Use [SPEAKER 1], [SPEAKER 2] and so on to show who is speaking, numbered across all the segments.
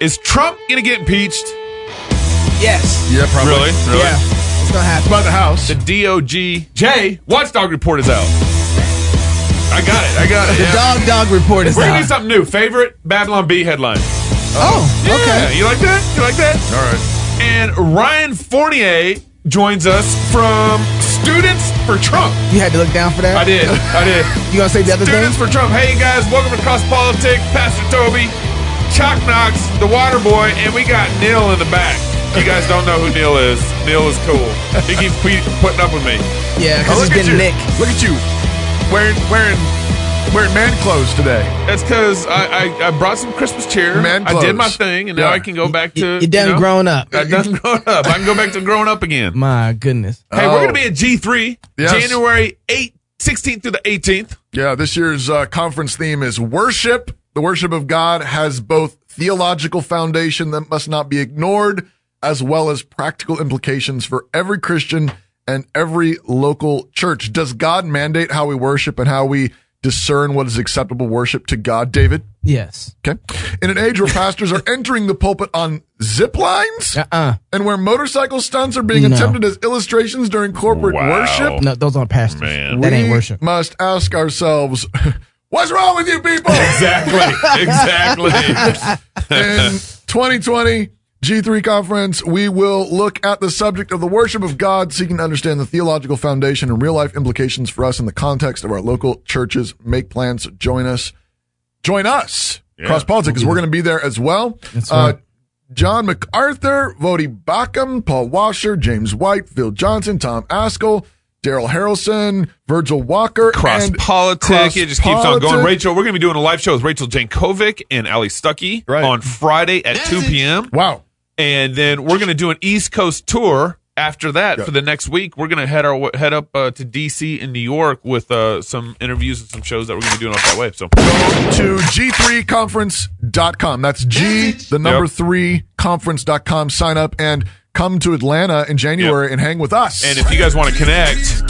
[SPEAKER 1] Is Trump going to get impeached?
[SPEAKER 2] Yes.
[SPEAKER 3] Yeah, probably.
[SPEAKER 1] Really? Really?
[SPEAKER 2] Yeah. It's gonna happen.
[SPEAKER 3] By the house.
[SPEAKER 1] The DOGJ watchdog report is out. I got it. I got it.
[SPEAKER 2] The
[SPEAKER 1] yeah.
[SPEAKER 2] dog dog report is
[SPEAKER 1] We're going to do
[SPEAKER 2] out.
[SPEAKER 1] something new. Favorite Babylon B headline.
[SPEAKER 2] oh,
[SPEAKER 1] Yeah,
[SPEAKER 2] okay.
[SPEAKER 1] You like that? You like that?
[SPEAKER 3] All right.
[SPEAKER 1] And Ryan Fournier joins us from Students for Trump.
[SPEAKER 2] You had to look down for that.
[SPEAKER 1] I did. I did.
[SPEAKER 2] You gonna say the other
[SPEAKER 1] Students
[SPEAKER 2] thing?
[SPEAKER 1] for Trump. Hey guys, welcome to Cross Politics. Pastor Toby, Chuck Knox, the Water Boy, and we got Neil in the back. You guys don't know who Neil is. Neil is cool. He keeps pe- putting up with me.
[SPEAKER 2] Yeah, because he's
[SPEAKER 3] Oh, look at
[SPEAKER 2] getting
[SPEAKER 3] you.
[SPEAKER 2] Nick.
[SPEAKER 3] Look at you. Wearing wearing wearing man clothes today.
[SPEAKER 1] That's because I, I, I brought some Christmas cheer.
[SPEAKER 3] Man
[SPEAKER 1] I did my
[SPEAKER 3] clothes.
[SPEAKER 1] thing, and now
[SPEAKER 3] Yeah.
[SPEAKER 1] I can go back to
[SPEAKER 2] You, you done
[SPEAKER 1] know,
[SPEAKER 2] grown up.
[SPEAKER 1] I done grown up. I can go back to growing up again.
[SPEAKER 2] My goodness.
[SPEAKER 1] Hey,
[SPEAKER 3] Oh.
[SPEAKER 1] we're gonna be at G three
[SPEAKER 3] Yes.
[SPEAKER 1] January 8th, 16th through the 18th.
[SPEAKER 3] Yeah, this year's uh, conference theme is worship. The worship of God has both theological foundation that must not be ignored, as well as practical implications for every Christian and every local church. Does God mandate how we worship and how we discern what is acceptable worship to God, David?
[SPEAKER 2] Yes.
[SPEAKER 3] Okay. In an age where pastors are entering the pulpit on zip lines
[SPEAKER 2] Uh-uh.
[SPEAKER 3] and where motorcycle stunts are being
[SPEAKER 2] No.
[SPEAKER 3] attempted as illustrations during corporate
[SPEAKER 1] Wow.
[SPEAKER 3] worship,
[SPEAKER 2] No, those aren't pastors.
[SPEAKER 1] Man.
[SPEAKER 2] That
[SPEAKER 3] we
[SPEAKER 2] ain't worship.
[SPEAKER 3] must ask ourselves, what's wrong with you people?
[SPEAKER 1] Exactly. exactly.
[SPEAKER 3] In 2020 G3 conference, we will look at the subject of the worship of God, seeking to understand the theological foundation and real life implications for us in the context of our local churches. Make plans, join us. Join us.
[SPEAKER 1] Yeah.
[SPEAKER 3] Cross politics, because we're going to be there as well.
[SPEAKER 2] That's
[SPEAKER 3] Uh,
[SPEAKER 2] right.
[SPEAKER 3] John MacArthur, Vody Bakum, Paul Washer, James White, Phil Johnson, Tom Askell, Daryl Harrelson, Virgil Walker,
[SPEAKER 1] cross
[SPEAKER 3] and
[SPEAKER 1] politics. it just keeps on going.
[SPEAKER 3] Cross-politic.
[SPEAKER 1] Rachel, we're going to be doing a live show with Rachel Jankovic and Ali Stuckey
[SPEAKER 3] Right.
[SPEAKER 1] on Friday at 2 p.m.
[SPEAKER 3] Wow.
[SPEAKER 1] And then we're going to do an East Coast tour after that for the next week. We're going to head our head up uh, to D.C. and New York with uh, some interviews and some shows that we're going to be doing off that way. So
[SPEAKER 3] to g3conference.com. That's G, the number
[SPEAKER 1] Yep.
[SPEAKER 3] three, conference.com. Sign up and come to Atlanta in January and hang with us.
[SPEAKER 1] And if you guys want to connect,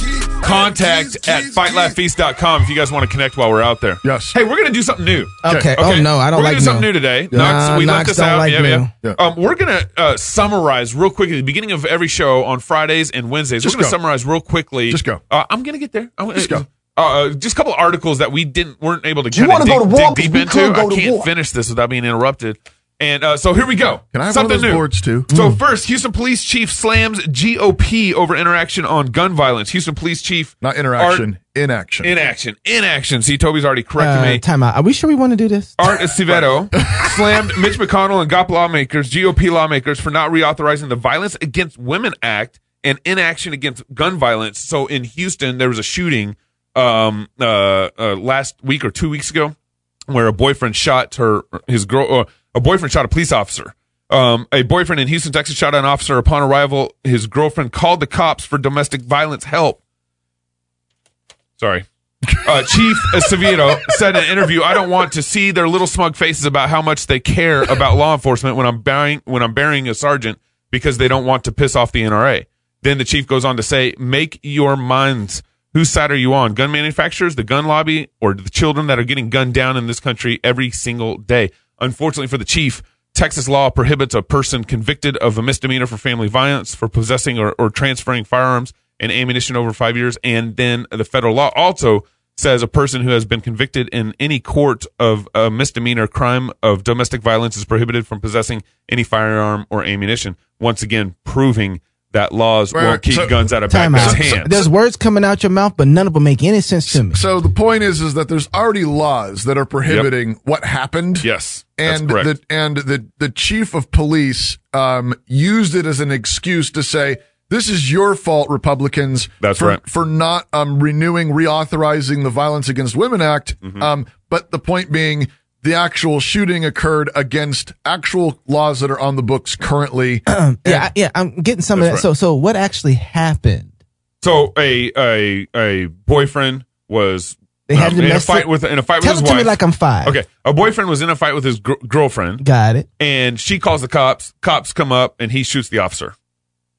[SPEAKER 1] contact at fightlaughfeast.com if you guys want to connect while we're out there.
[SPEAKER 3] Yes.
[SPEAKER 1] Hey, we're going to do something new.
[SPEAKER 2] Okay. Oh, no, I don't
[SPEAKER 1] we're
[SPEAKER 2] like
[SPEAKER 1] gonna do something
[SPEAKER 2] no.
[SPEAKER 1] new today.
[SPEAKER 2] Yeah.
[SPEAKER 1] Knox,
[SPEAKER 2] Nah,
[SPEAKER 1] we let
[SPEAKER 2] Knox
[SPEAKER 1] this
[SPEAKER 2] don't
[SPEAKER 1] out.
[SPEAKER 2] like
[SPEAKER 1] yeah,
[SPEAKER 2] no.
[SPEAKER 1] yeah.
[SPEAKER 3] Yeah.
[SPEAKER 1] Um, we're going to uh, summarize real quickly at the beginning of every show on Fridays and Wednesdays.
[SPEAKER 3] Just
[SPEAKER 1] we're going
[SPEAKER 3] go.
[SPEAKER 1] to summarize real quickly.
[SPEAKER 3] Just go.
[SPEAKER 1] Uh, I'm going to get there. I'm,
[SPEAKER 3] Just go.
[SPEAKER 1] Uh, just a couple articles that we didn't weren't able to
[SPEAKER 4] you
[SPEAKER 1] kinda
[SPEAKER 4] wanna
[SPEAKER 1] dig,
[SPEAKER 4] go to war?
[SPEAKER 1] dig
[SPEAKER 4] 'Cause
[SPEAKER 1] deep
[SPEAKER 4] we
[SPEAKER 1] into.
[SPEAKER 4] could go
[SPEAKER 1] I
[SPEAKER 4] to
[SPEAKER 1] can't
[SPEAKER 4] war.
[SPEAKER 1] finish this without being interrupted. And uh, so here we go.
[SPEAKER 3] Can I have one of
[SPEAKER 1] Something
[SPEAKER 3] those
[SPEAKER 1] new.
[SPEAKER 3] boards, too?
[SPEAKER 1] So first, Houston Police Chief slams GOP over interaction on gun violence. Houston Police Chief
[SPEAKER 3] Not interaction, inaction.
[SPEAKER 1] inaction, inaction. See, Toby's already corrected
[SPEAKER 2] Uh,
[SPEAKER 1] me.
[SPEAKER 2] time out. Are we sure we want to do this?
[SPEAKER 1] Art Acevedo slammed Mitch McConnell and GOP lawmakers, GOP lawmakers, for not reauthorizing the Violence Against Women Act and inaction against gun violence. So in Houston, there was a shooting um, uh, uh, last week or two weeks ago where a boyfriend shot her, his girl, uh, a boyfriend shot a police officer. Um, a boyfriend in Houston, Texas, shot an officer upon arrival. His girlfriend called the cops for domestic violence help. Sorry. Uh, Chief Acevedo said in an interview, "I don't want to see their little smug faces about how much they care about law enforcement when I'm burying when I'm burying a sergeant because they don't want to piss off the NRA." Then the chief goes on to say, "Make your minds. Whose side are you on? Gun manufacturers, the gun lobby, or the children that are getting gunned down in this country every single day?" Unfortunately for the chief, Texas law prohibits a person convicted of a misdemeanor for family violence for possessing or, or transferring firearms and ammunition over five years. And then the federal law also says a person who has been convicted in any court of a misdemeanor crime of domestic violence is prohibited from possessing any firearm or ammunition. Once again, proving that laws
[SPEAKER 3] Wait,
[SPEAKER 1] won't keep
[SPEAKER 3] so-
[SPEAKER 1] guns out of
[SPEAKER 2] Time
[SPEAKER 1] backers'
[SPEAKER 2] out.
[SPEAKER 1] hands.
[SPEAKER 2] There's words coming out your mouth, but none of them make any sense to me.
[SPEAKER 3] so the point is, is that there's already laws that are prohibiting what happened.
[SPEAKER 1] yes, that's
[SPEAKER 3] And
[SPEAKER 1] correct.
[SPEAKER 3] the and the the chief of police um, used it as an excuse to say this is your fault, Republicans.
[SPEAKER 1] That's
[SPEAKER 3] for,
[SPEAKER 1] right.
[SPEAKER 3] for not um, renewing, reauthorizing the Violence Against Women Act.
[SPEAKER 1] Mm-hmm.
[SPEAKER 3] Um, but the point being, the actual shooting occurred against actual laws that are on the books currently.
[SPEAKER 2] yeah, I, yeah, I'm getting some of that.
[SPEAKER 1] That's
[SPEAKER 2] So, so what actually happened?
[SPEAKER 1] so a a a boyfriend was
[SPEAKER 2] They had
[SPEAKER 1] um,
[SPEAKER 2] to
[SPEAKER 1] in a
[SPEAKER 2] mess
[SPEAKER 1] fight
[SPEAKER 2] it-
[SPEAKER 1] with in a fight
[SPEAKER 2] Tell
[SPEAKER 1] with his
[SPEAKER 2] it
[SPEAKER 1] wife.
[SPEAKER 2] to me like I'm five.
[SPEAKER 1] okay, a boyfriend was in a fight with his gr- girlfriend,
[SPEAKER 2] Got it.
[SPEAKER 1] and she calls the cops. Cops come up, and he shoots the officer.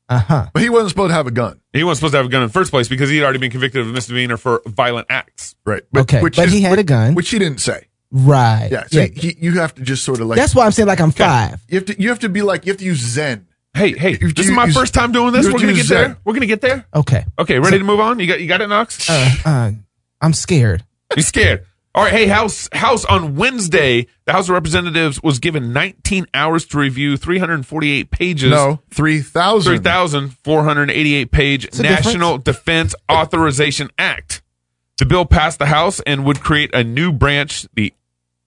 [SPEAKER 2] Uh huh.
[SPEAKER 3] but he wasn't supposed to have a gun,
[SPEAKER 1] He wasn't supposed to have a gun in the first place because he had already been convicted of a misdemeanor for violent acts.
[SPEAKER 3] right?
[SPEAKER 2] Okay, but he had a gun.
[SPEAKER 3] which he didn't say.
[SPEAKER 2] Right.
[SPEAKER 3] Yeah. So
[SPEAKER 2] yeah.
[SPEAKER 3] He, you have to just sort of like
[SPEAKER 2] That's why I'm saying like I'm five.
[SPEAKER 3] you have to you have to be like you have to use Zen.
[SPEAKER 1] Hey, hey,
[SPEAKER 3] You-
[SPEAKER 1] this is
[SPEAKER 3] you-
[SPEAKER 1] my
[SPEAKER 3] you-
[SPEAKER 1] first time doing this.
[SPEAKER 3] you
[SPEAKER 1] We're gonna get
[SPEAKER 3] use
[SPEAKER 1] there.
[SPEAKER 3] that.
[SPEAKER 1] We're gonna get there.
[SPEAKER 2] Okay.
[SPEAKER 1] Okay, ready to move on? You got you got it, Knox?
[SPEAKER 2] Uh, uh, I'm scared.
[SPEAKER 1] You scared? All right. Hey, House House on Wednesday, the House of Representatives was given 19 hours to review 348 pages.
[SPEAKER 3] No, three thousand.
[SPEAKER 1] 3,488 page
[SPEAKER 2] a
[SPEAKER 1] National Defense Authorization Act. The bill passed the House and would create a new branch the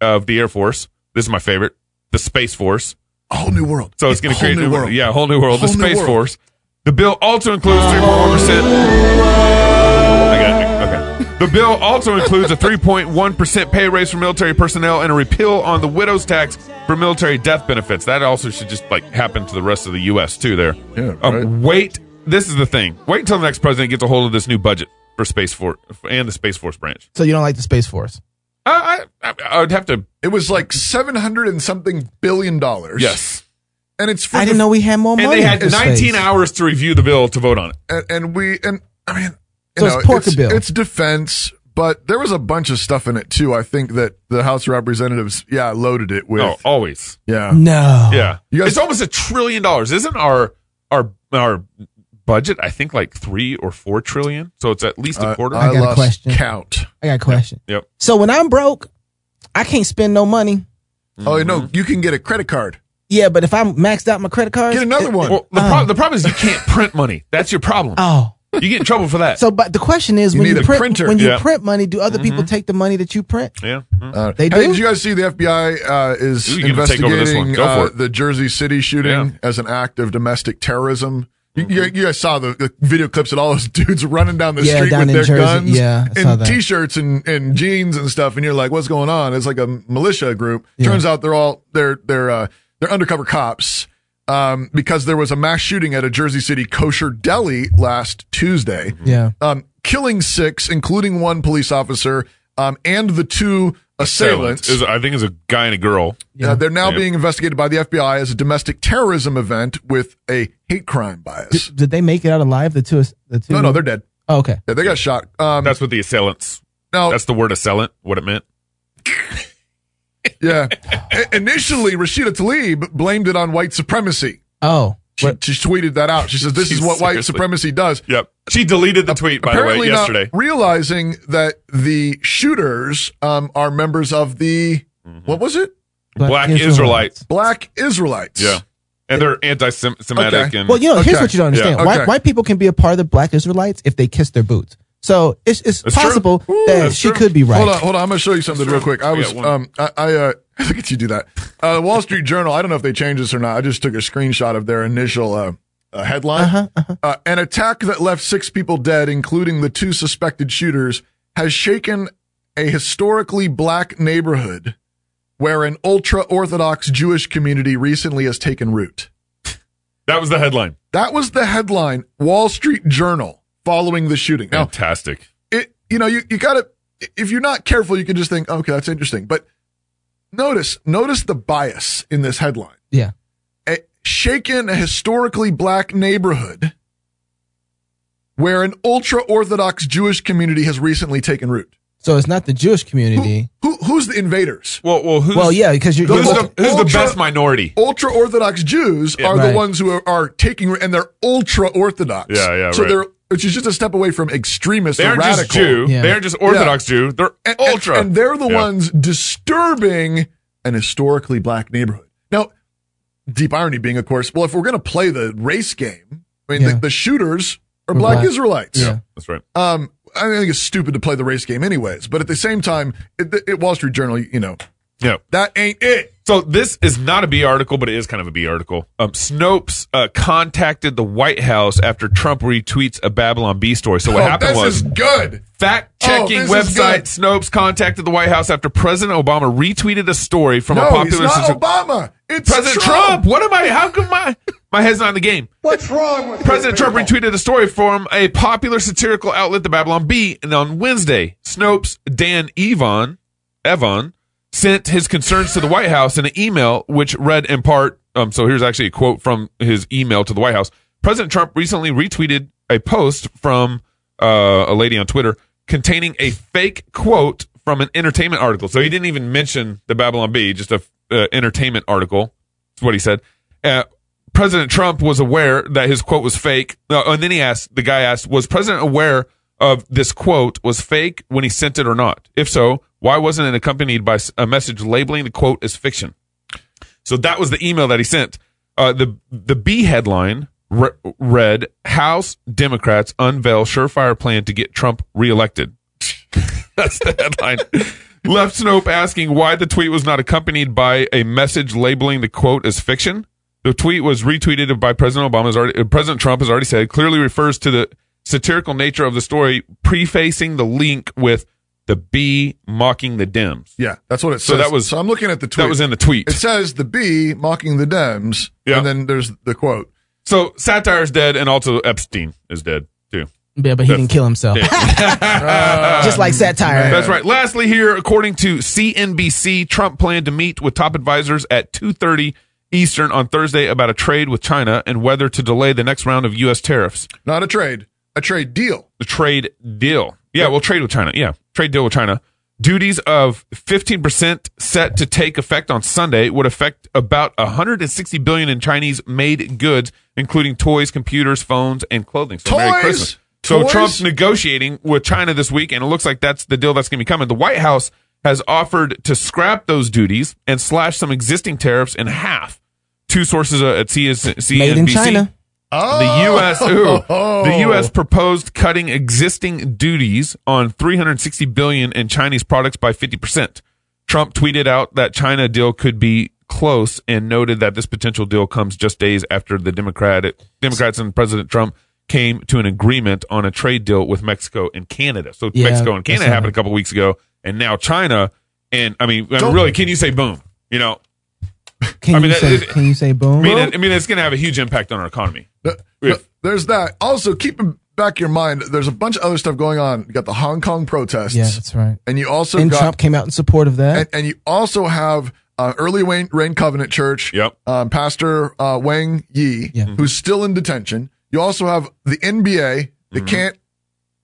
[SPEAKER 1] of the Air Force. This is my favorite, the Space Force.
[SPEAKER 3] A whole new world.
[SPEAKER 1] So it's going to
[SPEAKER 3] Whole
[SPEAKER 1] create
[SPEAKER 3] new
[SPEAKER 1] new
[SPEAKER 3] world.
[SPEAKER 1] yeah, a whole new world, the
[SPEAKER 3] Whole new
[SPEAKER 1] Space
[SPEAKER 3] world.
[SPEAKER 1] Force. The bill also includes three point one percent. I got it. Okay. The bill also includes a three point one percent pay raise for military personnel and a repeal on the widow's tax for military death benefits. That also should just like happen to the rest of the U.S. too. There.
[SPEAKER 3] Yeah,
[SPEAKER 1] Um,
[SPEAKER 3] right.
[SPEAKER 1] Wait. This is the thing. Wait until the next president gets a hold of this new budget for Space Force and the Space Force branch.
[SPEAKER 2] So you don't like the Space Force?
[SPEAKER 1] I I, I would have to.
[SPEAKER 3] It was like seven hundred and something billion dollars.
[SPEAKER 1] Yes.
[SPEAKER 3] and it's for
[SPEAKER 2] I
[SPEAKER 3] the-
[SPEAKER 2] didn't know we had more money.
[SPEAKER 1] And they had
[SPEAKER 2] for space.
[SPEAKER 1] 19 hours to review the bill to vote on it.
[SPEAKER 3] and, and we and I mean,
[SPEAKER 2] So
[SPEAKER 3] you
[SPEAKER 2] it's
[SPEAKER 3] know,
[SPEAKER 2] Porkerville.
[SPEAKER 3] it's defense, but there was a bunch of stuff in it too. I think that the House of Representatives, yeah, loaded it with,
[SPEAKER 1] Oh, Mm. always.
[SPEAKER 3] yeah,
[SPEAKER 2] No.
[SPEAKER 1] Yeah,
[SPEAKER 3] You guys-
[SPEAKER 1] it's almost a trillion dollars, isn't our our our budget? I think like three or four trillion. So it's at least a
[SPEAKER 3] Uh,
[SPEAKER 1] quarter.
[SPEAKER 3] I,
[SPEAKER 2] got a
[SPEAKER 3] lost
[SPEAKER 2] question.
[SPEAKER 3] count.
[SPEAKER 2] I got a question.
[SPEAKER 1] Yep.
[SPEAKER 2] So when I'm broke, I can't spend no money.
[SPEAKER 3] Oh
[SPEAKER 1] Mm-hmm.
[SPEAKER 3] no, you can get a credit card.
[SPEAKER 2] Yeah, but if I'm maxed out my credit cards,
[SPEAKER 3] Get another one.
[SPEAKER 1] well, the, prob- the problem is you can't print money. That's your problem.
[SPEAKER 2] Oh.
[SPEAKER 1] You get in trouble for that.
[SPEAKER 2] So, but the question is,
[SPEAKER 3] You
[SPEAKER 2] when
[SPEAKER 3] need
[SPEAKER 2] you
[SPEAKER 3] a
[SPEAKER 2] print,
[SPEAKER 3] printer. Mm-hmm.
[SPEAKER 2] when you
[SPEAKER 1] Yeah.
[SPEAKER 2] print money, do other people take the money that you print?
[SPEAKER 1] yeah. Mm.
[SPEAKER 3] Uh,
[SPEAKER 2] They
[SPEAKER 3] hey,
[SPEAKER 2] do?
[SPEAKER 3] did you guys see the FBI uh, is
[SPEAKER 1] Ooh, you gonna take over this one.
[SPEAKER 3] investigating
[SPEAKER 1] Go for
[SPEAKER 3] uh,
[SPEAKER 1] it.
[SPEAKER 3] the Jersey City shooting
[SPEAKER 1] Yeah. Mm-hmm.
[SPEAKER 3] as an act of domestic terrorism? You- You, you guys saw the, the video clips of all those dudes running down the
[SPEAKER 2] Yeah,
[SPEAKER 3] street
[SPEAKER 2] down
[SPEAKER 3] with
[SPEAKER 2] in
[SPEAKER 3] their
[SPEAKER 2] Jersey.
[SPEAKER 3] guns
[SPEAKER 2] Yeah, I saw
[SPEAKER 3] and
[SPEAKER 2] that.
[SPEAKER 3] t-shirts and, and jeans and stuff, and you're like, "What's going on?" It's like a militia group. Turns out they're all they're they're uh, they're undercover cops um, because there was a mass shooting at a Jersey City kosher deli last Tuesday
[SPEAKER 1] Mm-hmm.
[SPEAKER 2] Yeah.
[SPEAKER 3] um, killing six, including one police officer um, and the two assailants.
[SPEAKER 1] Is- I think it's a guy and a girl.
[SPEAKER 3] Uh, they're now
[SPEAKER 1] Yeah.
[SPEAKER 3] being investigated by the FBI as a domestic terrorism event with a hate crime bias.
[SPEAKER 2] Did, did they make it out alive? The two, the two.
[SPEAKER 3] No, no, they're dead.
[SPEAKER 2] oh, okay.
[SPEAKER 3] Yeah, they got shot. Um,
[SPEAKER 1] That's what the assailants.
[SPEAKER 3] now,
[SPEAKER 1] That's the word assailant. What it meant.
[SPEAKER 3] yeah. I- Initially, Rashida Tlaib blamed it on white supremacy.
[SPEAKER 2] Oh,
[SPEAKER 3] She, she tweeted that out. She says, "This is
[SPEAKER 1] She's
[SPEAKER 3] what white
[SPEAKER 1] seriously-
[SPEAKER 3] supremacy does."
[SPEAKER 1] Yep. She deleted the tweet by the way
[SPEAKER 3] Apparently, not
[SPEAKER 1] yesterday.
[SPEAKER 3] realizing that the shooters um, are members of the
[SPEAKER 1] Mm-hmm.
[SPEAKER 3] what was it?
[SPEAKER 1] Black Israelites.
[SPEAKER 3] Black Israelites.
[SPEAKER 1] Yeah. And they're anti-Semitic
[SPEAKER 3] Okay.
[SPEAKER 1] and
[SPEAKER 2] Mm. Well, you know, here's
[SPEAKER 3] Okay.
[SPEAKER 2] what you don't
[SPEAKER 1] Yeah,
[SPEAKER 2] understand.
[SPEAKER 3] okay.
[SPEAKER 2] white, white people can be a part of the Black Israelites if they kiss their boots. So it's it's
[SPEAKER 1] That's true.
[SPEAKER 2] possible
[SPEAKER 1] Ooh,
[SPEAKER 2] that
[SPEAKER 1] that's
[SPEAKER 2] she
[SPEAKER 1] true.
[SPEAKER 2] could be right.
[SPEAKER 3] Hold on, hold on. I'm gonna show you something
[SPEAKER 1] That's
[SPEAKER 3] real
[SPEAKER 1] true.
[SPEAKER 3] quick. I
[SPEAKER 1] We
[SPEAKER 3] was,
[SPEAKER 1] got one.
[SPEAKER 3] um, I, I uh, look at you do that. Uh, the Wall Street Journal. I don't know if they changed this or not. I just took a screenshot of their initial uh, uh, headline.
[SPEAKER 2] Uh-huh, uh-huh.
[SPEAKER 3] Uh, An attack that left six people dead, including the two suspected shooters, has shaken a historically black neighborhood where an ultra orthodox Jewish community recently has taken root.
[SPEAKER 1] that was the headline.
[SPEAKER 3] That was the headline. Wall Street Journal following the shooting. Now,
[SPEAKER 1] Fantastic.
[SPEAKER 3] it you know you, you gotta if you're not careful you can just think okay that's interesting but notice notice the bias in this headline
[SPEAKER 2] Yeah.
[SPEAKER 3] a, shaken a historically black neighborhood where an ultra orthodox jewish community has recently taken root
[SPEAKER 2] So it's not the Jewish community.
[SPEAKER 3] who who's the invaders
[SPEAKER 1] Well, well, who's
[SPEAKER 2] well, yeah, because you're,
[SPEAKER 1] who's
[SPEAKER 2] you're-
[SPEAKER 1] the, who's the
[SPEAKER 3] Ultra-
[SPEAKER 1] best minority?
[SPEAKER 3] ultra orthodox jews are the
[SPEAKER 2] Right.
[SPEAKER 3] ones who are, are taking root and they're ultra orthodox
[SPEAKER 1] Yeah, yeah,
[SPEAKER 3] so
[SPEAKER 1] right.
[SPEAKER 3] they're which is just a step away from extremist
[SPEAKER 1] They
[SPEAKER 3] or
[SPEAKER 1] aren't
[SPEAKER 3] radical
[SPEAKER 1] just Jew.
[SPEAKER 2] Yeah.
[SPEAKER 1] They aren't just Orthodox Jew. They're
[SPEAKER 3] and, and-
[SPEAKER 1] ultra.
[SPEAKER 3] And, they're the
[SPEAKER 1] Yeah.
[SPEAKER 3] ones disturbing an historically black neighborhood. Now, deep irony being, of course, well, if we're going to play the race game, I mean,
[SPEAKER 2] Yeah.
[SPEAKER 3] the, the shooters are
[SPEAKER 2] We're
[SPEAKER 3] black,
[SPEAKER 2] black.
[SPEAKER 3] Israelites.
[SPEAKER 2] Yeah.
[SPEAKER 1] That's right.
[SPEAKER 3] Um, I think it's stupid to play the race game, anyways. But at the same time, it, it Wall Street Journal, you know,
[SPEAKER 1] Yeah.
[SPEAKER 3] that ain't it.
[SPEAKER 1] So this is not a B article, but it is kind of a B article. Um, Snopes uh, contacted the White House after Trump retweets a Babylon B story. So what
[SPEAKER 3] Oh,
[SPEAKER 1] happened
[SPEAKER 3] this
[SPEAKER 1] was
[SPEAKER 3] is good.
[SPEAKER 1] fact checking
[SPEAKER 3] Oh, this is
[SPEAKER 1] website
[SPEAKER 3] good.
[SPEAKER 1] Snopes contacted the White House after President Obama retweeted a story from a
[SPEAKER 3] No, it's
[SPEAKER 1] popular
[SPEAKER 3] not
[SPEAKER 1] social-
[SPEAKER 3] Obama. It's
[SPEAKER 1] President Trump. What am I? How come my my head's not in the game?
[SPEAKER 4] What's wrong with
[SPEAKER 1] President
[SPEAKER 4] you
[SPEAKER 1] Trump
[SPEAKER 4] people?
[SPEAKER 1] retweeted a story from a popular satirical outlet, the Babylon Bee, and on Wednesday, Snopes Dan Evon Evon sent his concerns to the White House in an email, which read in part. Um, so here's actually a quote from his email to the White House. President Trump recently retweeted a post from uh, a lady on Twitter containing a fake quote from an entertainment article. So he didn't even mention the Babylon Bee, just a uh, entertainment article. That's what he said. Uh, President Trump was aware that his quote was fake. Uh, and then he asked, the guy asked, was President aware of this quote was fake when he sent it or not? If so, why wasn't it accompanied by s- a message labeling the quote as fiction? So that was the email that he sent. Uh, the the B headline re- read: House Democrats unveil surefire plan to get Trump reelected. That's the headline. Left Snope asking why the tweet was not accompanied by a message labeling the quote as fiction. The tweet was retweeted by President Obama's already, uh, President Trump has already said clearly refers to the satirical nature of the story, prefacing the link with the B mocking the Dems.
[SPEAKER 3] Yeah, that's what it
[SPEAKER 1] So
[SPEAKER 3] says.
[SPEAKER 1] that was-
[SPEAKER 3] so I'm looking at the tweet.
[SPEAKER 1] That was in the tweet.
[SPEAKER 3] it says the bee mocking the Dems,
[SPEAKER 1] Yeah.
[SPEAKER 3] and then there's the quote.
[SPEAKER 1] So satire is dead, and also Epstein is dead too.
[SPEAKER 2] Yeah, but he didn't kill himself. Just like satire.
[SPEAKER 1] Uh, That's right. Lastly, here, according to CNBC, Trump planned to meet with top advisors at 2:30 Eastern on Thursday about a trade with China and whether to delay the next round of U.S. tariffs.
[SPEAKER 3] Not a trade, a trade deal.
[SPEAKER 1] The trade deal. Yeah, we'll trade with China. Yeah, trade deal with China. Duties of 15% set to take effect on Sunday would affect about 160 billion in Chinese made goods, including toys, computers, phones, and clothing. So Merry
[SPEAKER 3] Toys?
[SPEAKER 1] Christmas. So
[SPEAKER 3] Toys?
[SPEAKER 1] Trump's negotiating with China this week, and it looks like that's the deal that's going to be coming. The White House has offered to scrap those duties and slash some existing tariffs in half. Two sources uh, at CNBC.
[SPEAKER 2] Made in China.
[SPEAKER 3] Oh,
[SPEAKER 1] The U.S. ooh, the U.S. proposed cutting existing duties on 360 billion in Chinese products by 50 percent. Trump tweeted out that China deal could be close and noted that this potential deal comes just days after the Democratic Democrats and President Trump came to an agreement on a trade deal with Mexico and Canada. So
[SPEAKER 2] Yeah,
[SPEAKER 1] Mexico and
[SPEAKER 2] that's
[SPEAKER 1] Canada happened a couple weeks ago, and now China. And I mean, I mean,
[SPEAKER 3] Don't-
[SPEAKER 1] really, can you say boom? You know,
[SPEAKER 2] Can
[SPEAKER 1] I mean,
[SPEAKER 2] you
[SPEAKER 1] that-
[SPEAKER 2] say?
[SPEAKER 1] it-
[SPEAKER 2] can you say boom?
[SPEAKER 1] I mean, I mean, it's going to have a huge impact on our economy.
[SPEAKER 3] The-
[SPEAKER 1] If-
[SPEAKER 3] the- Uh, there's that. Also, keep in back of your mind, there's a bunch of other stuff going on. You got the Hong Kong protests,
[SPEAKER 2] yeah, that's right.
[SPEAKER 3] and you also
[SPEAKER 2] And
[SPEAKER 3] got
[SPEAKER 2] Trump came out in support of that.
[SPEAKER 3] and, and you also have uh, early Wayne, Rain Covenant Church.
[SPEAKER 1] Yep. Mm-hmm.
[SPEAKER 3] Um, Pastor uh, Wang Yi,
[SPEAKER 2] Yeah.
[SPEAKER 3] who's still in detention. You also have the NBA
[SPEAKER 1] Mm-hmm.
[SPEAKER 3] that can't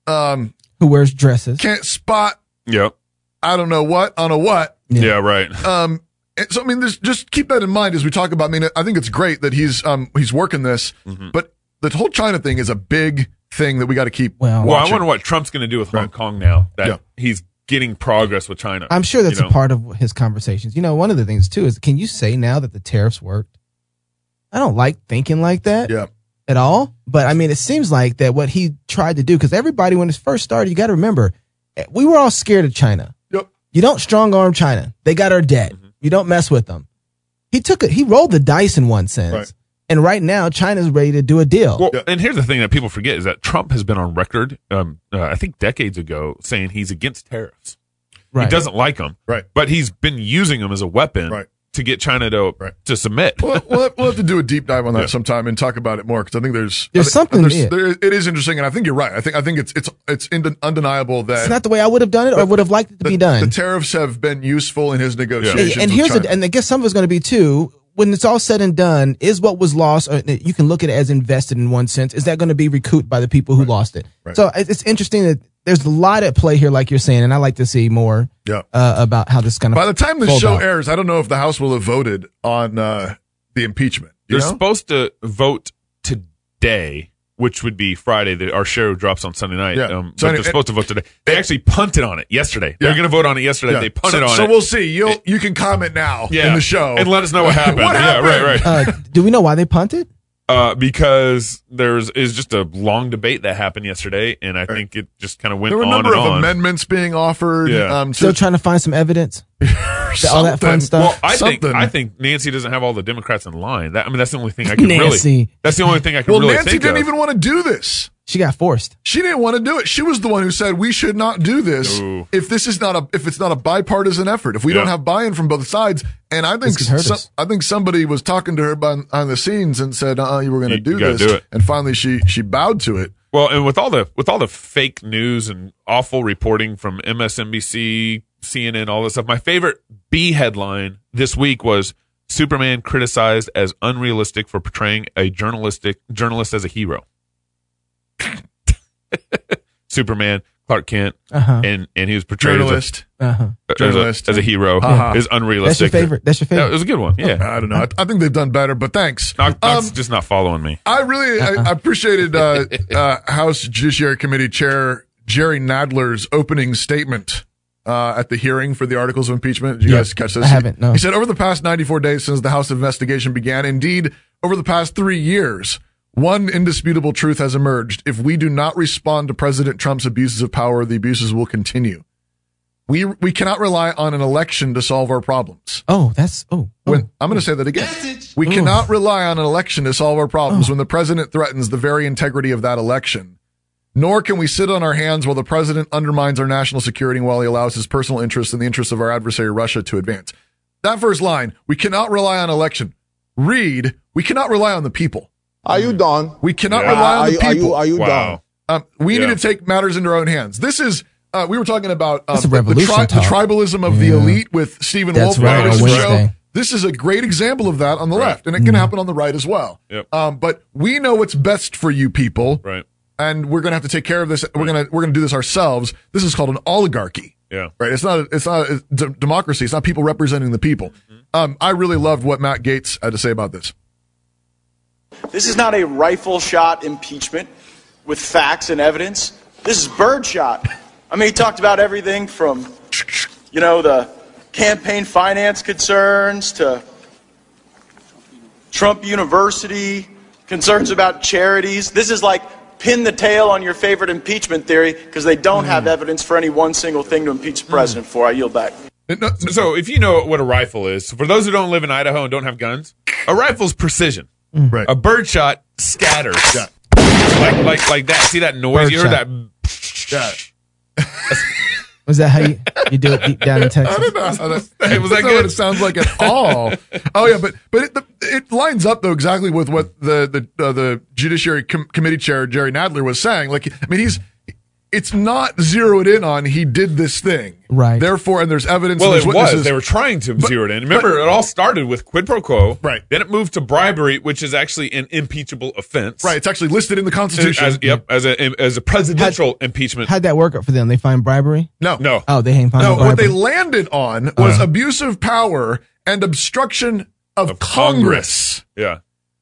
[SPEAKER 3] um,
[SPEAKER 2] who wears dresses?
[SPEAKER 3] can't spot
[SPEAKER 1] Yep.
[SPEAKER 3] I don't know what on a what.
[SPEAKER 2] Yeah.
[SPEAKER 1] yeah right.
[SPEAKER 3] Um, and so I mean, there's, just keep that in mind as we talk about. I mean, I think it's great that he's um, he's working this,
[SPEAKER 1] Mm-hmm.
[SPEAKER 3] but the whole China thing is a big thing that we got to keep.
[SPEAKER 2] Well-
[SPEAKER 1] Well, I
[SPEAKER 3] watching.
[SPEAKER 1] wonder what Trump's going to do with Hong Kong now that
[SPEAKER 3] Yeah.
[SPEAKER 1] he's getting progress with China.
[SPEAKER 2] I'm sure that's
[SPEAKER 1] you know?
[SPEAKER 2] a part of his conversations. You know, one of the things too is can you say now that the tariffs worked? I don't like thinking like that
[SPEAKER 3] Yeah.
[SPEAKER 2] at all. But I mean, it seems like that what he tried to do, because everybody, when it first started, you got to remember, eh, we were all scared of China.
[SPEAKER 3] Yep.
[SPEAKER 2] You don't strong arm China. They got our debt.
[SPEAKER 1] Mm-hmm.
[SPEAKER 2] You don't mess with them. He took it, he rolled the dice in one sense.
[SPEAKER 3] Right.
[SPEAKER 2] And right now, China's ready to do a deal.
[SPEAKER 1] Well,
[SPEAKER 3] Yeah.
[SPEAKER 1] and here's the thing that people forget is that Trump has been on record, um, uh, I think decades ago, saying he's against tariffs.
[SPEAKER 2] right.
[SPEAKER 1] He doesn't like them,
[SPEAKER 3] Right.
[SPEAKER 1] But he's been using them as a weapon
[SPEAKER 3] Right.
[SPEAKER 1] to get China to
[SPEAKER 3] Right.
[SPEAKER 1] to submit.
[SPEAKER 3] we'll, we'll, we'll have to do a deep dive on that
[SPEAKER 1] Yeah.
[SPEAKER 3] sometime and talk about it more because I think there's
[SPEAKER 2] There's
[SPEAKER 3] I think-
[SPEAKER 2] something
[SPEAKER 3] There's,
[SPEAKER 2] in it.
[SPEAKER 3] there- it is interesting, and I think you're right. I think I think it's it's it's ind- undeniable that
[SPEAKER 2] It's not the way I would have done it or would have liked it to
[SPEAKER 3] the,
[SPEAKER 2] be done.
[SPEAKER 3] the tariffs have been useful in his negotiations.
[SPEAKER 2] and, and
[SPEAKER 3] with
[SPEAKER 2] here's
[SPEAKER 3] China.
[SPEAKER 2] a, and I guess some of it's going to be too. When it's all said and done, is what was lost, or you can look at it as invested in one sense. Is that going to be recouped by the people who lost it?
[SPEAKER 3] Right.
[SPEAKER 2] So it- it's interesting that there's a lot at play here, like you're saying, and I like to see more
[SPEAKER 3] Yeah.
[SPEAKER 2] uh, about how this kind of.
[SPEAKER 3] By the time the
[SPEAKER 2] Hold
[SPEAKER 3] show
[SPEAKER 2] on.
[SPEAKER 3] airs, I don't know if the House will have voted on uh, the impeachment. You
[SPEAKER 1] They're
[SPEAKER 3] know?
[SPEAKER 1] supposed to vote today, which would be Friday. The, our show drops on Sunday night.
[SPEAKER 3] Yeah.
[SPEAKER 1] Um,
[SPEAKER 3] So
[SPEAKER 1] but
[SPEAKER 3] anyway,
[SPEAKER 1] they're supposed to vote today. They actually punted on it yesterday. They're
[SPEAKER 3] Yeah.
[SPEAKER 1] going to vote on it yesterday.
[SPEAKER 3] Yeah.
[SPEAKER 1] They punted
[SPEAKER 3] so,
[SPEAKER 1] on
[SPEAKER 3] so
[SPEAKER 1] it.
[SPEAKER 3] we'll see. You'll you can comment now
[SPEAKER 1] yeah.
[SPEAKER 3] in the show
[SPEAKER 1] and let us know what happened.
[SPEAKER 3] What happened?
[SPEAKER 1] Yeah, right, right.
[SPEAKER 2] uh, do we know why they punted?
[SPEAKER 1] uh, because there's is just a long debate that happened yesterday, and I think it just kind of went
[SPEAKER 3] there were a
[SPEAKER 1] on
[SPEAKER 3] number
[SPEAKER 1] and
[SPEAKER 3] of
[SPEAKER 1] on.
[SPEAKER 3] amendments being offered.
[SPEAKER 1] Yeah.
[SPEAKER 3] Um, to
[SPEAKER 2] Still trying to find some evidence, all that
[SPEAKER 3] something.
[SPEAKER 2] fun stuff.
[SPEAKER 1] well, I think
[SPEAKER 3] Something.
[SPEAKER 1] I think Nancy doesn't have all the Democrats in line. That, I mean, that's the only thing I can really.
[SPEAKER 2] Nancy.
[SPEAKER 1] That's the only thing I can
[SPEAKER 3] Well,
[SPEAKER 1] really
[SPEAKER 3] Nancy
[SPEAKER 1] think
[SPEAKER 3] didn't
[SPEAKER 1] of.
[SPEAKER 3] even want to do this.
[SPEAKER 2] she got forced.
[SPEAKER 3] She didn't want to do it. She was the one who said we should not do this
[SPEAKER 1] No.
[SPEAKER 3] if this is not a if it's not a bipartisan effort. If we don't
[SPEAKER 1] Yeah.
[SPEAKER 3] have buy-in from both sides, and I think
[SPEAKER 2] This could hurt
[SPEAKER 3] some,
[SPEAKER 2] us.
[SPEAKER 3] I think somebody was talking to her behind, behind the scenes and said, "Uh, you were going to
[SPEAKER 1] You-
[SPEAKER 3] do
[SPEAKER 1] you gotta
[SPEAKER 3] this,"
[SPEAKER 1] do it.
[SPEAKER 3] and finally she she bowed to it.
[SPEAKER 1] well, and with all the with all the fake news and awful reporting from MSNBC, CNN, all this stuff. My favorite B headline this week was Superman criticized as unrealistic for portraying a journalistic journalist as a hero. Superman Clark Kent,
[SPEAKER 2] Uh-huh.
[SPEAKER 1] and and he was portrayed as a-
[SPEAKER 3] Journalist.
[SPEAKER 2] Uh-huh.
[SPEAKER 1] as a, as
[SPEAKER 3] Journalist.
[SPEAKER 1] a hero
[SPEAKER 3] Uh-huh.
[SPEAKER 1] is
[SPEAKER 2] That's your
[SPEAKER 1] unrealistic.
[SPEAKER 2] favorite. That's your
[SPEAKER 1] That
[SPEAKER 2] favorite.
[SPEAKER 1] was a good one. Yeah,
[SPEAKER 3] I don't know. I, I think they've done better, but thanks.
[SPEAKER 1] Knock,
[SPEAKER 3] Um,
[SPEAKER 1] Knock's just not following me.
[SPEAKER 3] I really
[SPEAKER 2] Uh-huh.
[SPEAKER 3] I, I appreciated uh, uh, House Judiciary Committee Chair Jerry Nadler's opening statement uh, at the hearing for the articles of impeachment. Did you
[SPEAKER 2] Yeah.
[SPEAKER 3] guys catch this?
[SPEAKER 2] I haven't, no.
[SPEAKER 3] He said, over the past 94 days since the House investigation began, indeed, over the past three years, one indisputable truth has emerged. If we do not respond to President Trump's abuses of power, the abuses will continue. We, we cannot rely on an election to solve our problems.
[SPEAKER 2] oh, that's oh. oh.
[SPEAKER 3] When I'm going to say that again. We cannot rely on an election to solve our problems when the president threatens the very integrity of that election. Nor can we sit on our hands while the president undermines our national security while he allows his personal interests and the interests of our adversary Russia to advance. That first line, we cannot rely on election. Read, we cannot rely on the people.
[SPEAKER 4] Are you done?
[SPEAKER 3] We cannot
[SPEAKER 1] Yeah.
[SPEAKER 3] rely on
[SPEAKER 4] Are
[SPEAKER 3] the
[SPEAKER 4] you, are you,
[SPEAKER 3] people.
[SPEAKER 4] are you done?
[SPEAKER 1] Wow.
[SPEAKER 3] Um, we
[SPEAKER 1] Yeah.
[SPEAKER 3] need to take matters into our own hands. This is uh, we were talking about um,
[SPEAKER 2] That's a
[SPEAKER 3] the, the,
[SPEAKER 2] revolution
[SPEAKER 3] tri- the
[SPEAKER 2] talk.
[SPEAKER 3] tribalism of the
[SPEAKER 2] Yeah.
[SPEAKER 3] elite with Stephen
[SPEAKER 2] That's
[SPEAKER 3] Wolf.
[SPEAKER 2] right,
[SPEAKER 3] Notice
[SPEAKER 1] on
[SPEAKER 3] the
[SPEAKER 2] Wednesday. Mm-hmm.
[SPEAKER 3] This is a great example of that on the
[SPEAKER 1] Right.
[SPEAKER 3] left, and it can happen on the right as well.
[SPEAKER 1] Yep.
[SPEAKER 3] Um, but we know what's best for you people,
[SPEAKER 1] Right.
[SPEAKER 3] and we're going to have to take care of this. We're going to we're going to do this ourselves. This is called an oligarchy
[SPEAKER 1] Yeah.
[SPEAKER 3] right? It's not it's not it's d- democracy. It's not people representing the people.
[SPEAKER 1] Mm-hmm.
[SPEAKER 3] Um, I really loved what Matt Gates had to say about this.
[SPEAKER 5] This is not a rifle shot impeachment with facts and evidence. This is birdshot. I mean, he talked about everything from, you know, the campaign finance concerns to Trump University, concerns about charities. This is like pin the tail on your favorite impeachment theory because they don't have evidence for any one single thing to impeach the president for. I yield back.
[SPEAKER 3] And no-
[SPEAKER 1] So if you know what a rifle is, for those who don't live in Idaho and don't have guns, a rifle's precision.
[SPEAKER 3] Right.
[SPEAKER 1] A birdshot scatters. Like like like that. See that noise? you heard
[SPEAKER 2] Birdshot.
[SPEAKER 1] that?
[SPEAKER 3] Yeah.
[SPEAKER 2] Was that how you, you do it deep down in Texas?
[SPEAKER 3] was
[SPEAKER 1] Hey, was that
[SPEAKER 3] not what
[SPEAKER 1] good?
[SPEAKER 3] it sounds like at all. oh yeah, but but it, the, it lines up though exactly with what the the uh, the Judiciary Com- Committee Chair Jerry Nadler was saying. Like, I mean, he's it's not zeroed in on he did this thing,
[SPEAKER 2] Right.
[SPEAKER 3] Therefore, and there's evidence.
[SPEAKER 1] Well,
[SPEAKER 3] and
[SPEAKER 1] it
[SPEAKER 3] there's witnesses.
[SPEAKER 1] was. They were trying to zero it in. Remember,
[SPEAKER 3] but-
[SPEAKER 1] it all started with quid pro quo.
[SPEAKER 3] Right.
[SPEAKER 1] Then it moved to bribery, which is actually an impeachable offense.
[SPEAKER 3] right. It's actually listed in the Constitution.
[SPEAKER 1] As, yep. As a as a presidential impeachment.
[SPEAKER 2] How'd that work up for them? They find bribery.
[SPEAKER 3] No,
[SPEAKER 1] no. Uh-huh.
[SPEAKER 2] Oh, they hang find
[SPEAKER 3] No, what they
[SPEAKER 2] bribery.
[SPEAKER 3] landed on was abuse of power and obstruction of,
[SPEAKER 1] Of
[SPEAKER 3] Congress.
[SPEAKER 1] Yeah.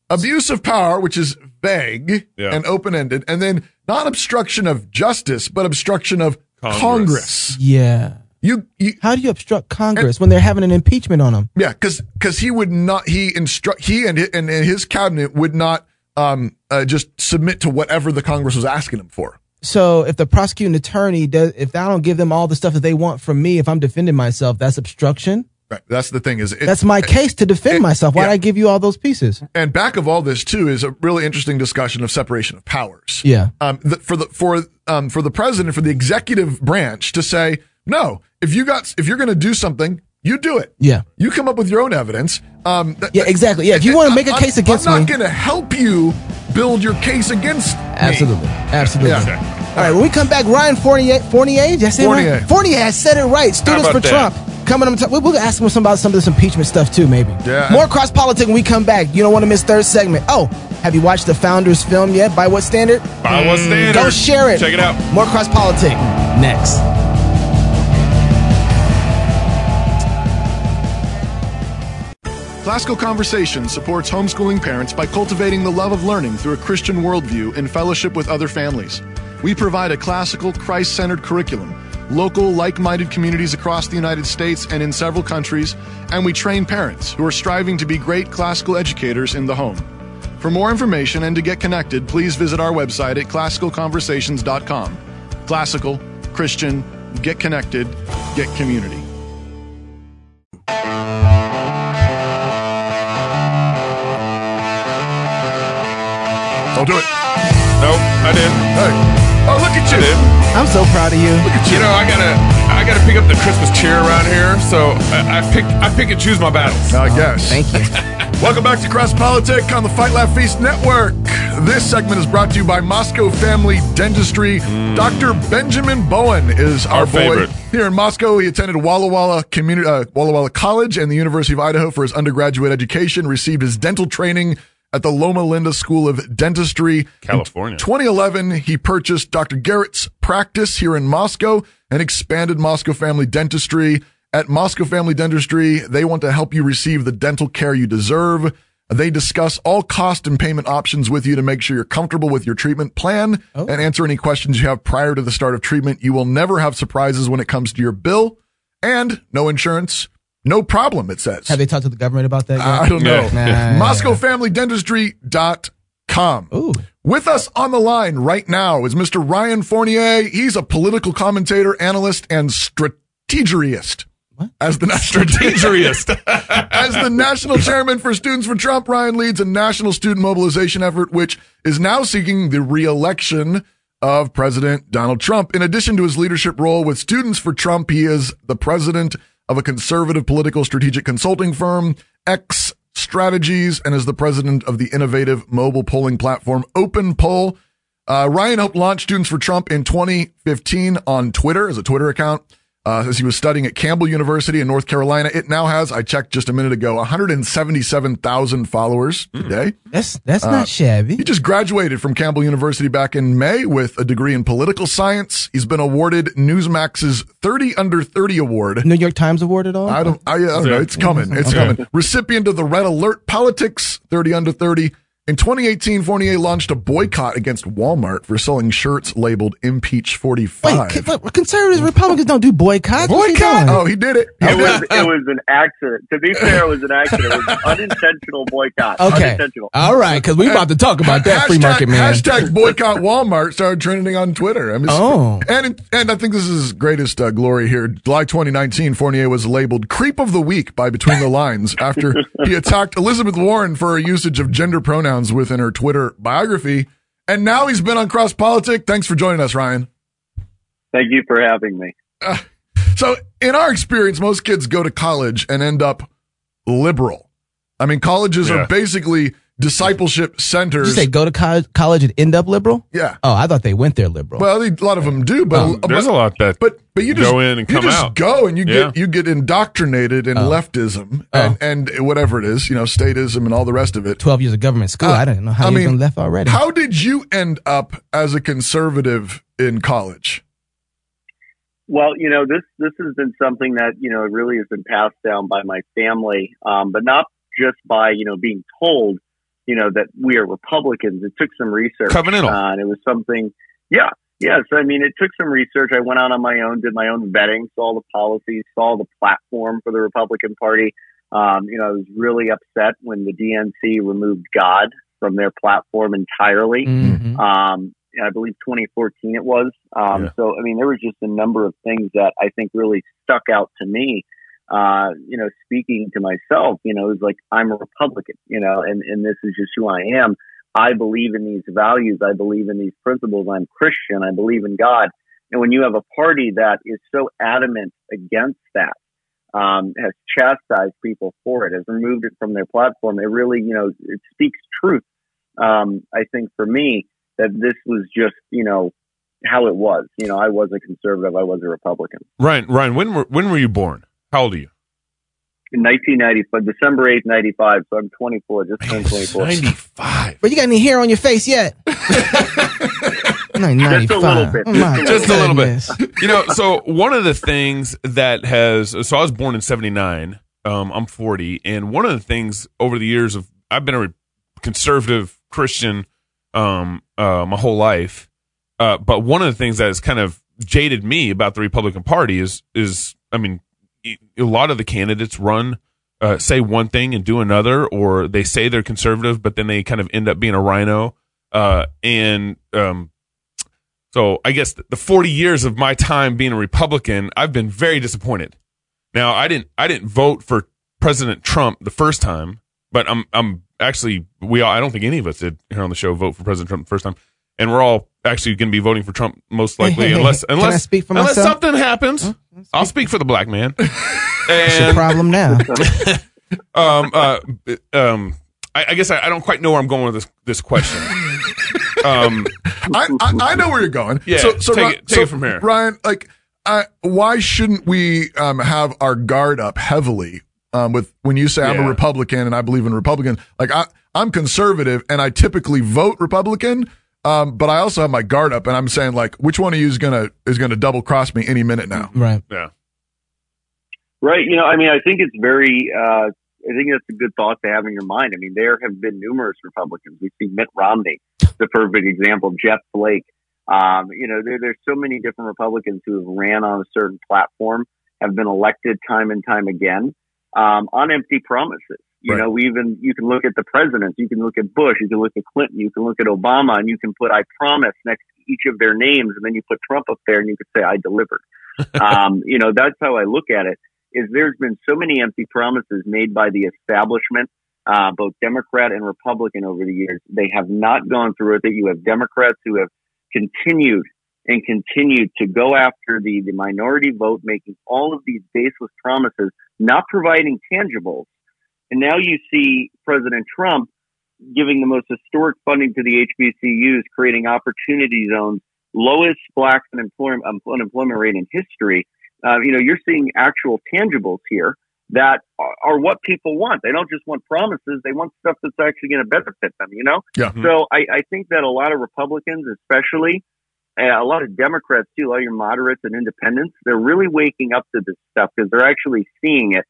[SPEAKER 3] abuse of power, which is vague
[SPEAKER 1] Yeah.
[SPEAKER 3] and open ended, and then not obstruction of justice, but obstruction of Congress.
[SPEAKER 1] Congress.
[SPEAKER 2] yeah.
[SPEAKER 3] You, you,
[SPEAKER 2] How do you obstruct Congress when they're having an impeachment on them?
[SPEAKER 3] yeah, because because he would not he instruct he and, hi- and and his cabinet would not um uh, just submit to whatever the Congress was asking him for.
[SPEAKER 2] So if the prosecuting attorney does, if I don't give them all the stuff that they want from me, if I'm defending myself, that's obstruction.
[SPEAKER 3] Right. That's the thing is it,
[SPEAKER 2] That's my case to defend myself. Why'd
[SPEAKER 3] yeah.
[SPEAKER 2] I give you all those pieces?
[SPEAKER 3] and back of all this too is a really interesting discussion of separation of powers.
[SPEAKER 2] Yeah.
[SPEAKER 3] Um, the, for the for um for the president for the executive branch to say no, if you got if you're going to do something, you do it.
[SPEAKER 2] Yeah.
[SPEAKER 3] You come up with your own evidence. Um, th-
[SPEAKER 2] Yeah, exactly. Yeah, if you wanna make a
[SPEAKER 3] I'm-
[SPEAKER 2] case against
[SPEAKER 3] I'm
[SPEAKER 2] me-
[SPEAKER 3] not going to help you build your case against me.
[SPEAKER 2] Absolutely. Absolutely.
[SPEAKER 3] Yeah.
[SPEAKER 2] All right. When we come back, Ryan Fournier, Fournier, did I say it right?
[SPEAKER 3] Fournier.
[SPEAKER 2] Fournier has said it right. Students
[SPEAKER 1] How
[SPEAKER 2] for
[SPEAKER 1] about that?
[SPEAKER 2] Trump. Coming up, we'll, we'll ask him some about some of this impeachment stuff too, maybe.
[SPEAKER 3] Yeah.
[SPEAKER 2] More cross politics when we come back. You don't want to miss third segment. Oh, have you watched the Founders film yet? By what standard?
[SPEAKER 1] By what standard?
[SPEAKER 2] Go share it.
[SPEAKER 1] Check it out.
[SPEAKER 2] More cross politics next.
[SPEAKER 3] Classical Conversation supports homeschooling parents by cultivating the love of learning through a Christian worldview in fellowship with other families. We provide a classical, Christ centered curriculum, local, like minded communities across the United States and in several countries, and we train parents who are striving to be great classical educators in the home. For more information and to get connected, please visit our website at classicalconversations.com. Classical, Christian, get connected, get community. I'll do it.
[SPEAKER 1] Nope. I did.
[SPEAKER 3] Hey. Oh, look at
[SPEAKER 1] I
[SPEAKER 3] you.
[SPEAKER 1] did.
[SPEAKER 2] I'm so proud of you.
[SPEAKER 1] You know, I gotta, I gotta pick up the Christmas cheer around here, so I, I pick, I pick and choose my battles.
[SPEAKER 3] I guess.
[SPEAKER 2] Thank you.
[SPEAKER 3] Welcome back to Cross Politic on the Fight Laugh Feast Network. This segment is brought to you by Moscow Family Dentistry. Dr. Benjamin Bowen is our,
[SPEAKER 1] Our
[SPEAKER 3] boy
[SPEAKER 1] favorite.
[SPEAKER 3] here in Moscow. He attended Walla Walla Community uh, Walla Walla College and the University of Idaho for his undergraduate education. Received his dental training at the Loma Linda School of Dentistry.
[SPEAKER 1] California.
[SPEAKER 3] In 2011, he purchased Dr. Garrett's practice here in Moscow and expanded Moscow Family Dentistry. At Moscow Family Dentistry, they want to help you receive the dental care you deserve. They discuss all cost and payment options with you to make sure you're comfortable with your treatment plan and answer any questions you have prior to the start of treatment. You will never have surprises when it comes to your bill and no insurance. No problem, it says.
[SPEAKER 2] Have they talked to the government about that?
[SPEAKER 3] I
[SPEAKER 2] Yet?
[SPEAKER 3] don't know.
[SPEAKER 2] Nah.
[SPEAKER 3] MoscowFamilyDentistry.com.
[SPEAKER 2] Ooh.
[SPEAKER 3] With us on the line right now is Mr. Ryan Fournier. He's a political commentator, analyst, and strategist.
[SPEAKER 2] What?
[SPEAKER 3] As the,
[SPEAKER 1] Injurious.
[SPEAKER 3] as the national chairman for Students for Trump, Ryan leads a national student mobilization effort, which is now seeking the reelection of President Donald Trump. In addition to his leadership role with Students for Trump, he is the president of a conservative political strategic consulting firm, X Strategies, and is the president of the innovative mobile polling platform Open Poll. Uh, Ryan helped launch Students for Trump in 2015 on Twitter as a Twitter account. Uh, as he was studying at Campbell University in North Carolina, it now has, I checked just a minute ago, 177,000 followers today.
[SPEAKER 2] That's that's not shabby.
[SPEAKER 3] He just graduated from Campbell University back in May with a degree in political science. He's been awarded Newsmax's 30 Under 30 Award.
[SPEAKER 2] New York Times award at all?
[SPEAKER 3] I don't, I, I don't know. It's coming. It's coming. Recipient of the Red Alert Politics 30 Under 30. In 2018, Fournier launched a boycott against Walmart for selling shirts labeled Impeach 45.
[SPEAKER 2] Wait, c- but conservatives, Republicans don't do boycotts. What's he doing?
[SPEAKER 3] oh, he did it. He
[SPEAKER 4] It
[SPEAKER 3] did
[SPEAKER 4] was it was an accident. To be fair, it was an accident. It was an unintentional boycott.
[SPEAKER 2] Okay.
[SPEAKER 4] Unintentional.
[SPEAKER 2] All right, because we about to talk about that
[SPEAKER 3] hashtag,
[SPEAKER 2] free market man.
[SPEAKER 3] Hashtag boycott Walmart started trending on Twitter. I mean,
[SPEAKER 2] Oh.
[SPEAKER 3] And, and I think this is his greatest uh, glory here. July 2019, Fournier was labeled creep of the week by Between the Lines after he attacked Elizabeth Warren for her usage of gender pronouns within her Twitter biography. And now he's been on Cross Politic. Thanks for joining us, Ryan. Uh,
[SPEAKER 4] Thank you for having me.
[SPEAKER 3] So, in our experience, most kids go to college and end up liberal. I mean, colleges
[SPEAKER 1] Yeah.
[SPEAKER 3] are basically discipleship
[SPEAKER 2] Did you
[SPEAKER 3] centers.
[SPEAKER 2] say go to college, college and end up liberal?
[SPEAKER 3] yeah.
[SPEAKER 2] Oh, I thought they went there liberal.
[SPEAKER 3] Well, they, a lot of them do, but
[SPEAKER 2] Um,
[SPEAKER 3] but-
[SPEAKER 1] There's a lot that.
[SPEAKER 3] But but you
[SPEAKER 1] Go
[SPEAKER 3] just
[SPEAKER 1] in and
[SPEAKER 3] you
[SPEAKER 1] come
[SPEAKER 3] just
[SPEAKER 1] out.
[SPEAKER 3] Go and you
[SPEAKER 1] Yeah. Oh.
[SPEAKER 3] get you get indoctrinated in leftism and and whatever it is, you know, statism and all the rest of it.
[SPEAKER 2] Twelve years of government school. I don't know how
[SPEAKER 3] I
[SPEAKER 2] you've
[SPEAKER 3] mean,
[SPEAKER 2] been left already.
[SPEAKER 3] How did you end up as a conservative in college?
[SPEAKER 4] Well, you know this this has been something that you know really has been passed down by my family, um, but not just by you know being told, you know that we are Republicans. It took some research.
[SPEAKER 1] Covenantal.
[SPEAKER 4] Uh, and it was something, yeah, yeah. So, I mean, it took some research. I went out on my own, did my own vetting, saw the policies, saw the platform for the Republican Party. Um, you know, I was really upset when the DNC removed God from their platform entirely.
[SPEAKER 2] Mhm.
[SPEAKER 4] Um, I believe 2014 it was. Um,
[SPEAKER 1] Yeah.
[SPEAKER 4] So, I mean, there was just a number of things that I think really stuck out to me. Uh, you know, speaking to myself, you know, it was like, I'm a Republican, you know, and, and this is just who I am. I believe in these values. I believe in these principles. I'm Christian. I believe in God. And when you have a party that is so adamant against that, um, has chastised people for it, has removed it from their platform, it really, you know, it speaks truth. Um, I think for me that this was just, you know, how it was. You know, I was a conservative. I was a Republican.
[SPEAKER 1] Ryan, Ryan, when were when were you born? How old are you?
[SPEAKER 4] In 1995, December 8th, 95. So I'm 24, just turned 24.
[SPEAKER 1] Ninety five.
[SPEAKER 2] but you got any hair on your face yet? Just
[SPEAKER 4] a little bit.
[SPEAKER 2] Oh
[SPEAKER 1] Just a little bit. You know, so one of the things that has so I was born in '79. Um, I'm 40, and one of the things over the years of I've been a re- conservative Christian um, uh, my whole life, uh, but one of the things that has kind of jaded me about the Republican Party is is I mean, e- a lot of the candidates run. Uh, say one thing and do another, or they say they're conservative, but then they kind of end up being a rhino. Uh, and um, so I guess the 40 years of my time being a Republican, I've been very disappointed. Now I didn't I didn't vote for President Trump the first time, but I'm I'm actually we all I don't think any of us did here on the show vote for President Trump the first time, and we're all actually going to be voting for Trump most likely unless
[SPEAKER 2] Can I
[SPEAKER 1] unless
[SPEAKER 2] speak for
[SPEAKER 1] unless
[SPEAKER 2] myself?
[SPEAKER 1] something happens. I'll speak for the black man.
[SPEAKER 2] It's your
[SPEAKER 1] And
[SPEAKER 2] problem now.
[SPEAKER 1] um, uh, um, I, I guess I, I don't quite know where I'm going with this this question. um,
[SPEAKER 3] I, I, I know where you're going.
[SPEAKER 1] Yeah,
[SPEAKER 3] So, so
[SPEAKER 1] take
[SPEAKER 3] Ri-
[SPEAKER 1] it- take
[SPEAKER 3] so,
[SPEAKER 1] it from here.
[SPEAKER 3] Ryan. Like, I, why shouldn't we um, have our guard up heavily um, with when you say I'm a
[SPEAKER 1] Yeah.
[SPEAKER 3] Republican and I believe in Republicans? Like, I I'm conservative and I typically vote Republican. Um, but I also have my guard up and I'm saying like, which one of you is gonna is gonna double cross me any minute now?
[SPEAKER 2] Right.
[SPEAKER 1] Yeah.
[SPEAKER 4] Right. You know, I mean, I think it's very, uh, I think that's a good thought to have in your mind. I mean, there have been numerous Republicans. We see Mitt Romney, the perfect example, Jeff Flake. Um, you know, there, there's so many different Republicans who have ran on a certain platform, have been elected time and time again um, on empty promises. You
[SPEAKER 3] Right.
[SPEAKER 4] know, we even you can look at the presidents, you can look at Bush, you can look at Clinton, you can look at Obama, and you can put "I promise" next to each of their names, and then you put Trump up there, and you could say "I delivered." um, you know, that's how I look at it is there's been so many empty promises made by the establishment, uh, both Democrat and Republican over the years. They have not gone through it. That you have Democrats who have continued and continued to go after the, the minority vote, making all of these baseless promises, not providing tangibles. And now you see President Trump giving the most historic funding to the HBCUs, creating opportunity zones, lowest black unemployment, um, unemployment rate in history uh, you know, you're seeing actual tangibles here that are, are what people want. They don't just want promises; they want stuff that's actually going to benefit them. You know,
[SPEAKER 3] Yeah.
[SPEAKER 4] so I, I think that a lot of Republicans, especially, and a lot of Democrats too, a lot of your moderates and independents, they're really waking up to this stuff because they're actually seeing it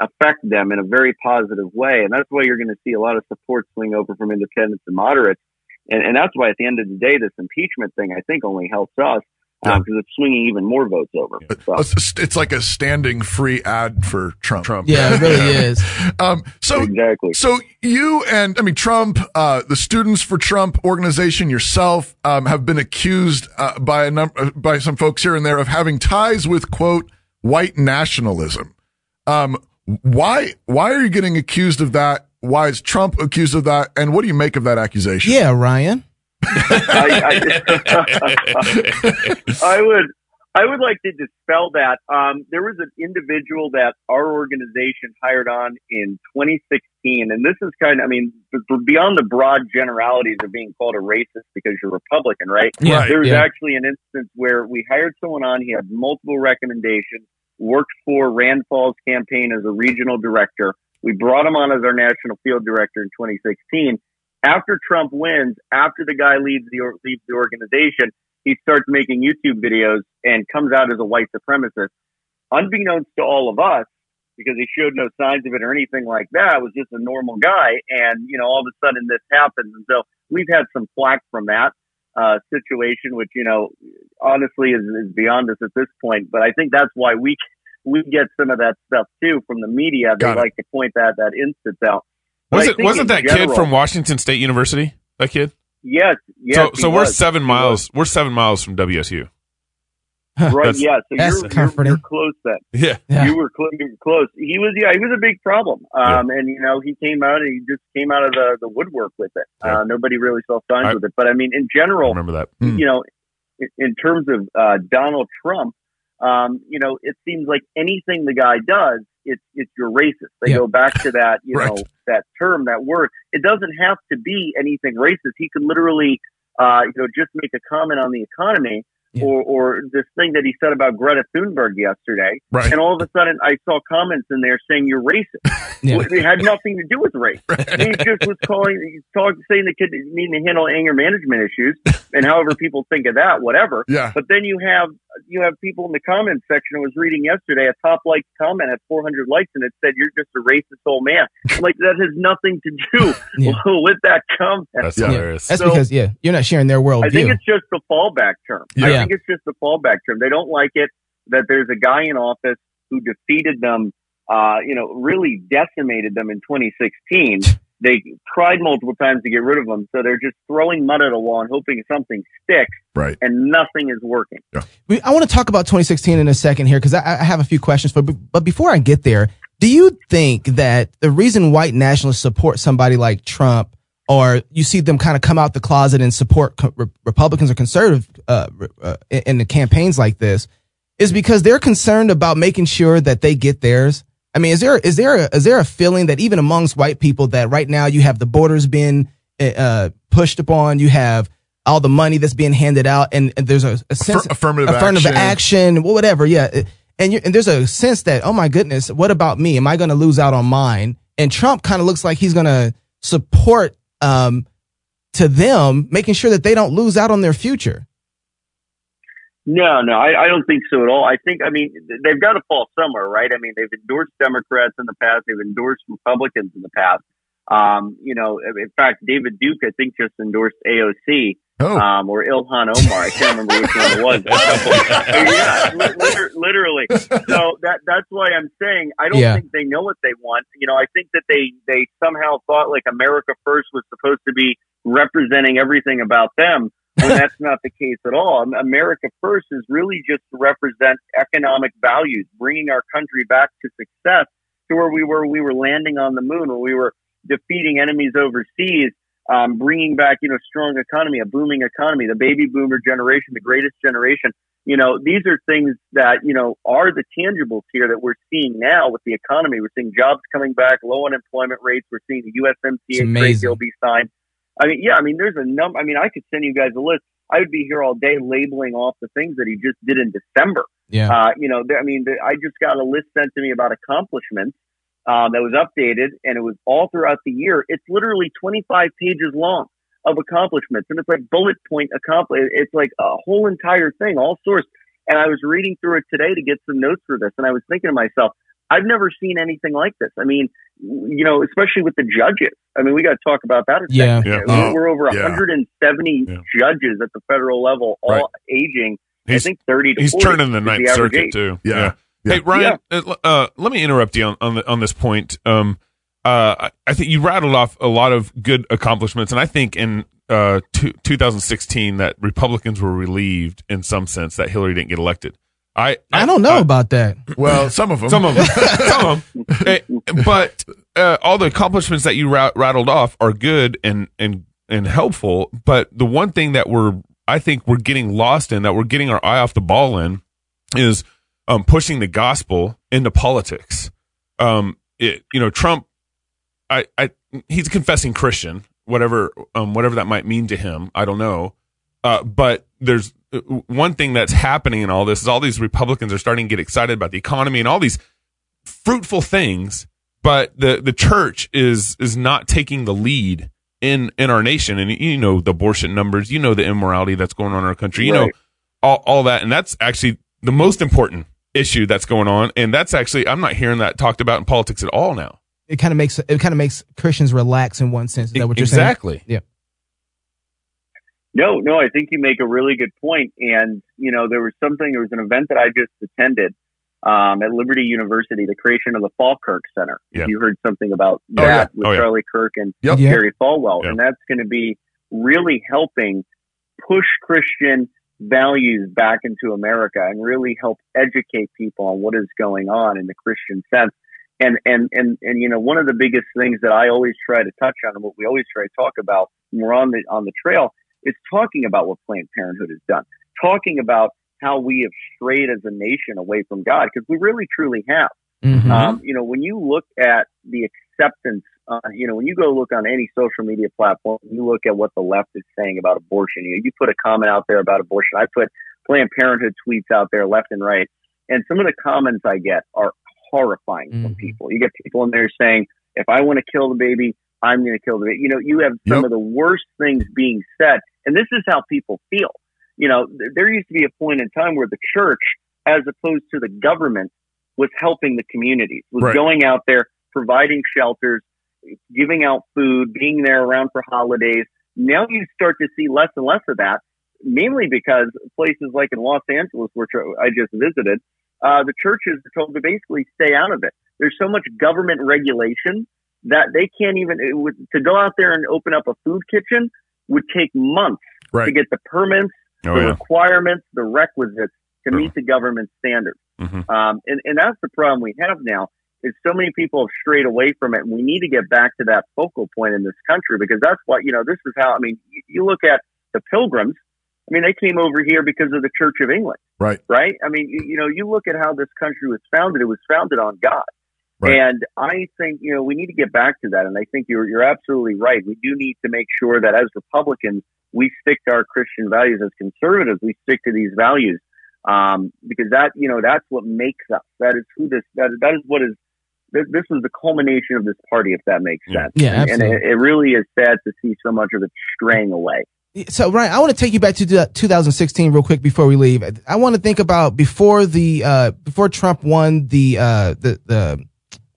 [SPEAKER 4] affect them in a very positive way, and that's why you're going to see a lot of support swing over from independents and moderates. And, and that's why, at the end of the day, this impeachment thing I think only helps us because it's swinging even more votes over. So.
[SPEAKER 3] It's it's like a standing free ad for Trump. Trump.
[SPEAKER 2] Yeah, it really is.
[SPEAKER 3] Um, so
[SPEAKER 4] Exactly.
[SPEAKER 3] So you and I mean Trump, uh, the Students for Trump organization, yourself um, have been accused uh, by a number by some folks here and there of having ties with quote white nationalism. Um, why why are you getting accused of that? Why is Trump accused of that? And what do you make of that accusation?
[SPEAKER 2] Yeah, Ryan.
[SPEAKER 4] I, I, I would I would like to dispel that. Um, there was an individual that our organization hired on in 2016, and this is kind of I mean b- b- beyond the broad generalities of being called a racist because you're Republican, right?
[SPEAKER 2] Yeah,
[SPEAKER 4] there was
[SPEAKER 2] yeah.
[SPEAKER 4] actually an instance where we hired someone on. He had multiple recommendations. Worked for Rand Falls campaign as a regional director. We brought him on as our national field director in 2016 after Trump wins, after the guy leaves the or- leaves the organization, he starts making YouTube videos and comes out as a white supremacist. Unbeknownst to all of us, because he showed no signs of it or anything like that, was just a normal guy. And you know, all of a sudden this happens, and so we've had some flack from that uh, situation, which you know, honestly, is, is beyond us at this point. But I think that's why we we get some of that stuff too from the media. They
[SPEAKER 3] Got it.
[SPEAKER 4] like to point that that instance out. But
[SPEAKER 1] Was
[SPEAKER 4] I
[SPEAKER 1] it
[SPEAKER 4] think in
[SPEAKER 1] wasn't that kid
[SPEAKER 4] general-
[SPEAKER 1] from Washington State University? That kid.
[SPEAKER 4] Yes, yes.
[SPEAKER 1] so
[SPEAKER 4] he
[SPEAKER 1] so we're
[SPEAKER 4] was.
[SPEAKER 1] seven
[SPEAKER 4] He
[SPEAKER 1] miles. We're seven miles from WSU.
[SPEAKER 4] was. Right?
[SPEAKER 1] That's-
[SPEAKER 4] Yeah. So
[SPEAKER 2] that's
[SPEAKER 4] you're, you're,
[SPEAKER 2] comforting.
[SPEAKER 4] you're close then.
[SPEAKER 1] Yeah.
[SPEAKER 2] Yeah.
[SPEAKER 4] You were cl- you were close. He was yeah. He was a big problem. Um, and you know he came out and he just came out of the the woodwork with it.
[SPEAKER 1] Yeah.
[SPEAKER 4] Uh, nobody really saw signs
[SPEAKER 1] I-
[SPEAKER 4] with it. But I mean, in
[SPEAKER 1] I
[SPEAKER 4] general,
[SPEAKER 1] remember that.
[SPEAKER 3] Hmm.
[SPEAKER 4] you know, in, in terms of uh, Donald Trump, um, you know, it seems like anything the guy does, it's it's your racist. They
[SPEAKER 2] Yeah.
[SPEAKER 4] go back to that, you
[SPEAKER 3] Right.
[SPEAKER 4] know, that term, that word. It doesn't have to be anything racist. He could literally, uh, you know, just make a comment on the economy.
[SPEAKER 2] Yeah.
[SPEAKER 4] Or, or this thing that he said about Greta Thunberg yesterday,
[SPEAKER 3] Right.
[SPEAKER 4] and all of a sudden I saw comments in there saying you're racist.
[SPEAKER 2] Yeah.
[SPEAKER 4] It had nothing to do with race. He just was calling, he's talking, saying the kid didn't need to handle anger management issues, and however people think of that, whatever.
[SPEAKER 3] Yeah.
[SPEAKER 4] But then you have you have people in the comment section. I was reading yesterday a top liked comment had 400 likes, and it said, "You're just a racist old man." I'm like that has nothing to do
[SPEAKER 2] Yeah.
[SPEAKER 4] with that comment.
[SPEAKER 1] That's
[SPEAKER 3] Yeah.
[SPEAKER 1] hilarious.
[SPEAKER 2] That's
[SPEAKER 4] So-
[SPEAKER 2] because yeah, you're not sharing their
[SPEAKER 4] I think
[SPEAKER 2] worldview.
[SPEAKER 4] it's just the fallback term. I
[SPEAKER 2] Yeah.
[SPEAKER 4] think it's just the fallback term. They don't like it that there's a guy in office who defeated them, uh, you know, really decimated them in 2016. They tried multiple times to get rid of them, so they're just throwing mud at a wall and hoping something sticks,
[SPEAKER 3] Right.
[SPEAKER 4] and nothing is working.
[SPEAKER 2] We, I want to talk about 2016 in a second here because I, I have a few questions. But but before I get there, do you think that the reason white nationalists support somebody like Trump, or you see them kind of come out the closet and support co- re- Republicans or conservative uh, re- uh, in- in the campaigns like this, is because they're concerned about making sure that they get theirs? I mean, is there is there a, is there a feeling that even amongst white people that right now you have the borders being uh, pushed upon, you have all the money that's being handed out, and, and there's a, a sense
[SPEAKER 3] affirmative action.
[SPEAKER 2] action, wh- whatever, yeah. It- And you and there's a sense that oh my goodness, what about me? Am I going to lose out on mine? And Trump kind of looks like he's going to support um, to them, making sure that they don't lose out on their future.
[SPEAKER 4] No, no, I, I don't think so at all. I think, I mean, th- they've got to fall somewhere, right? I mean, they've endorsed Democrats in the past, they've endorsed Republicans in the past. Um, you know, in fact, David Duke, I think, just endorsed AOC
[SPEAKER 3] Oh,
[SPEAKER 4] um, or Ilhan Omar. I can't remember which one it was. yeah, li- liter- literally. So that that's why I'm saying I don't
[SPEAKER 2] Yeah.
[SPEAKER 4] think they know what they want. You know, I think that they they somehow thought like America First was supposed to be representing everything about them. when that's not the case at all. Am- America First is really just to represent economic values, bringing our country back to success, to where we were. We were landing on the moon, where we were defeating enemies overseas, um, bringing back you know strong economy, a booming economy, the baby boomer generation, the greatest generation. You know, these are things that you know are the tangibles here that we're seeing now with the economy. We're seeing jobs coming back, low unemployment rates. We're seeing the USMCA trade
[SPEAKER 2] amazing.
[SPEAKER 4] deal be signed. I mean, yeah, I mean, there's a number. I mean, I could send you guys a list. I would be here all day labeling off the things that he just did in December.
[SPEAKER 2] Yeah.
[SPEAKER 4] Uh, you know, th- I mean, th- I just got a list sent to me about accomplishments uh, that was updated, and it was all throughout the year. It's literally 25 pages long of accomplishments, and it's like bullet point accomplishment. It's like a whole entire thing, all sorts. And I was reading through it today to get some notes for this, and I was thinking to myself, I've never seen anything like this. I mean, you know, especially with the judges. I mean, we got to talk about that. A
[SPEAKER 2] Yeah.
[SPEAKER 1] Yeah.
[SPEAKER 4] second. We're-
[SPEAKER 3] Oh,
[SPEAKER 4] We're over
[SPEAKER 3] yeah.
[SPEAKER 4] 170
[SPEAKER 1] Yeah.
[SPEAKER 4] judges at the federal level, all
[SPEAKER 1] Right.
[SPEAKER 4] aging.
[SPEAKER 1] He's-
[SPEAKER 4] I think 30 to
[SPEAKER 1] He's
[SPEAKER 4] 40
[SPEAKER 1] turning the
[SPEAKER 4] is
[SPEAKER 1] Ninth
[SPEAKER 4] average
[SPEAKER 1] Circuit
[SPEAKER 4] age.
[SPEAKER 1] too.
[SPEAKER 3] Yeah. Yeah.
[SPEAKER 1] Hey Ryan, uh, uh, let me interrupt you on on, the, on this point. Um, uh, I, I think you rattled off a lot of good accomplishments, and I think in uh, two, 2016 that Republicans were relieved in some sense that Hillary didn't get elected. I
[SPEAKER 2] I don't know
[SPEAKER 4] Uh,
[SPEAKER 1] I-
[SPEAKER 2] about that.
[SPEAKER 3] well, some of them.
[SPEAKER 1] some of them, some of them. Eh, but uh, all the accomplishments that you ra- rattled off are good and and and helpful. But the one thing that we're I think we're getting lost in that we're getting our eye off the ball in is um, pushing the gospel into politics. Um, it, you know, Trump, I, I, he's a confessing Christian, whatever, um, whatever that might mean to him. I don't know. Uh, but there's uh, one thing that's happening in all this is all these Republicans are starting to get excited about the economy and all these fruitful things, but the, the church is, is not taking the lead in, in our nation. And you know, the abortion numbers, you know, the immorality that's going on in our country, you know,
[SPEAKER 4] Right.
[SPEAKER 1] all, all that. And that's actually the most important issue that's going on. And that's actually, I'm not hearing that talked about in politics at all now.
[SPEAKER 2] It kind of makes it kind of makes Christians relax in one sense. Is that what you're saying?
[SPEAKER 1] exactly.
[SPEAKER 4] No, no, I think you make a really good point. And, you know, there was something, there was an event that I just attended um, at Liberty University, the creation of the Falkirk Center. If
[SPEAKER 1] Yeah.
[SPEAKER 4] You heard something about
[SPEAKER 3] Oh,
[SPEAKER 4] that
[SPEAKER 3] yeah.
[SPEAKER 4] with
[SPEAKER 1] Oh, yeah.
[SPEAKER 4] Charlie Kirk and
[SPEAKER 3] Yep.
[SPEAKER 2] Yeah.
[SPEAKER 4] Gary Falwell.
[SPEAKER 1] Yeah.
[SPEAKER 4] And that's going to be really helping push Christian values back into America and really help educate people on what is going on in the Christian sense. And, and, and, and, you know, one of the biggest things that I always try to touch on and what we always try to talk about when we're on the, on the trail is talking about what Planned Parenthood has done, talking about how we have strayed as a nation away from God, because we really truly have.
[SPEAKER 2] Mhm.
[SPEAKER 4] Um, you know, when you look at the acceptance, uh, you know, when you go look on any social media platform, you look at what the left is saying about abortion. You, you put a comment out there about abortion. I put Planned Parenthood tweets out there left and right. And some of the comments I get are horrifying from
[SPEAKER 2] Mhm.
[SPEAKER 4] people. You get people in there saying, if I want to kill the baby, I'm going to kill the baby. You know, you have some
[SPEAKER 3] Yep.
[SPEAKER 4] of the worst things being said. And this is how people feel. You know, th- there used to be a point in time where the church, as opposed to the government, was helping the communities, was
[SPEAKER 3] Right.
[SPEAKER 4] going out there, providing shelters, giving out food, being there around for holidays. Now you start to see less and less of that, mainly because places like in Los Angeles, which I just visited, uh, the churches are told to basically stay out of it. There's so much government regulation that they can't even it would, to go out there and open up a food kitchen would take months to
[SPEAKER 3] Right.
[SPEAKER 4] get the permits,
[SPEAKER 1] Oh,
[SPEAKER 4] the
[SPEAKER 1] yeah.
[SPEAKER 4] requirements, the requisites to
[SPEAKER 1] Sure.
[SPEAKER 4] meet the government standards.
[SPEAKER 1] Mhm.
[SPEAKER 4] Um, and, and that's the problem we have now is so many people have strayed away from it. And we need to get back to that focal point in this country because that's what, you know, this is how, I mean, you, you look at the pilgrims. I mean, they came over here because of the Church of England,
[SPEAKER 3] Right.
[SPEAKER 4] right? I mean, you, you know, you look at how this country was founded. It was founded on God.
[SPEAKER 3] Right.
[SPEAKER 4] And I think, you know, we need to get back to that. And I think you're, you're absolutely right. We do need to make sure that as Republicans, we stick to our Christian values. As conservatives, we stick to these values um, because that you know that's what makes us. That is who this that that is what is th- this was the culmination of this party, if that makes
[SPEAKER 1] Yeah.
[SPEAKER 4] sense.
[SPEAKER 2] Yeah,
[SPEAKER 4] And- and it,
[SPEAKER 2] absolutely.
[SPEAKER 4] it really is sad to see so much of it straying away.
[SPEAKER 2] So, Ryan, I want to take you back to the 2016 real quick before we leave. I want to think about before the uh, before Trump won the uh, the the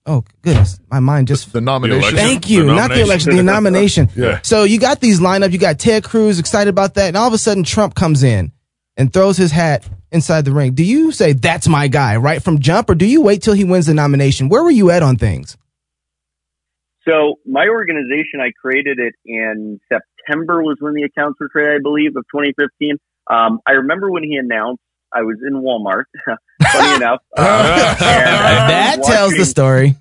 [SPEAKER 2] oh goodness, my mind just
[SPEAKER 3] The nomination.
[SPEAKER 1] election.
[SPEAKER 2] Thank you.
[SPEAKER 1] The
[SPEAKER 2] Not the
[SPEAKER 1] nomination.
[SPEAKER 2] election, the nomination.
[SPEAKER 3] Yeah.
[SPEAKER 2] So you got these lineup. You got Ted Cruz excited about that, and all of a sudden Trump comes in and throws his hat inside the ring. Do you say that's my guy right from jump, or do you wait till he wins the nomination? Where were you at on things?
[SPEAKER 4] So my organization, I created it in September was when the accounts were created, I believe, of 2015. Um, I remember when he announced I was in Walmart. Funny enough,
[SPEAKER 3] Uh-huh.
[SPEAKER 4] uh, and I was
[SPEAKER 2] that tells the
[SPEAKER 4] watching-
[SPEAKER 2] story.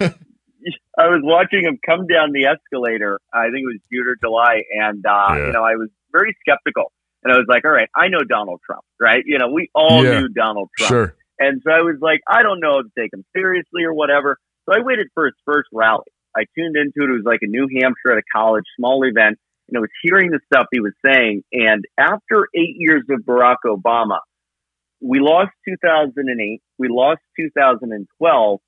[SPEAKER 4] I was watching him come down the escalator. I think it was June or July, and uh,
[SPEAKER 1] Yeah.
[SPEAKER 4] you know I was very skeptical, and I was like, "All right, I know Donald Trump, right? You know, we all
[SPEAKER 3] Yeah.
[SPEAKER 4] knew Donald Trump."
[SPEAKER 3] Sure.
[SPEAKER 4] And so I was like, I don't know if to take him seriously or whatever. So I waited for his first rally. I tuned into it. It was like in New Hampshire at a college, small event. And I was hearing the stuff he was saying. And after eight years of Barack Obama, we lost 2008. We lost 2012.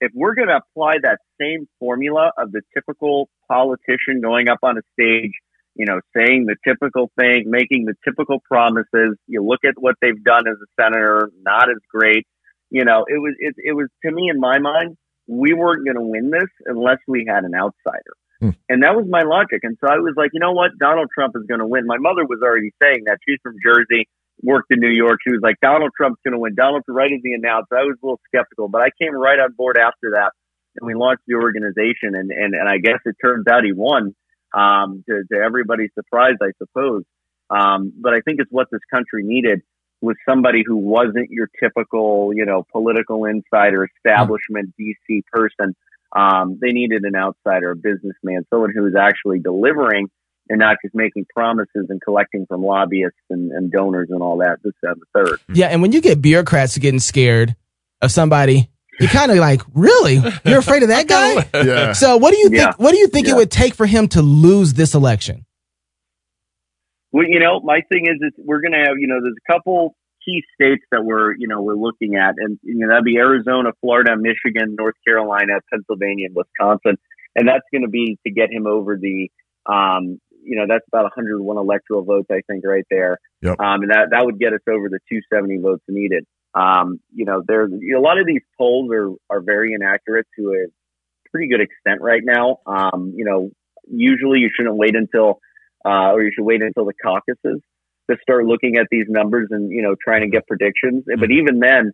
[SPEAKER 4] If we're going to apply that same formula of the typical politician going up on a stage, you know, saying the typical thing, making the typical promises. You look at what they've done as a senator, not as great. You know, it was it, it was to me in my mind, we weren't going to win this unless we had an outsider,
[SPEAKER 3] Hmm.
[SPEAKER 4] and that was my logic. And so I was like, you know what, Donald Trump is going to win. My mother was already saying that she's from Jersey, worked in New York. She was like, Donald Trump's going to win. Donald Trump, right as he announced, I was a little skeptical, but I came right on board after that, and we launched the organization, and and and I guess it turns out he won um, to, to everybody's surprise, I suppose. Um, but I think it's what this country needed was somebody who wasn't your typical, you know, political insider, establishment, DC person. Um, they needed an outsider, a businessman, someone who was actually delivering and not just making promises and collecting from lobbyists and, and donors and all that. This, that, and the third.
[SPEAKER 2] Yeah, and when you get bureaucrats getting scared of somebody, you're kind of like, really? You're afraid of that guy?
[SPEAKER 3] Yeah.
[SPEAKER 2] So what do you think?
[SPEAKER 4] Yeah.
[SPEAKER 2] What do you think it
[SPEAKER 4] Yeah.
[SPEAKER 2] would take for him to lose this election?
[SPEAKER 4] Well, you know, my thing is, is we're going to have, you know, there's a couple key states that we're, you know, we're looking at, and you know, that'd be Arizona, Florida, Michigan, North Carolina, Pennsylvania, and Wisconsin, and that's going to be to get him over the, um, you know, that's about 101 electoral votes, I think, right there,
[SPEAKER 3] Yep.
[SPEAKER 4] um, and that that would get us over the 270 votes needed. Um, you know, there's you know, a lot of these polls are are very inaccurate to a pretty good extent right now. Um, you know, usually you shouldn't wait until uh, or you should wait until the caucuses to start looking at these numbers and you know trying to get predictions.
[SPEAKER 3] Mm-hmm.
[SPEAKER 4] But even then,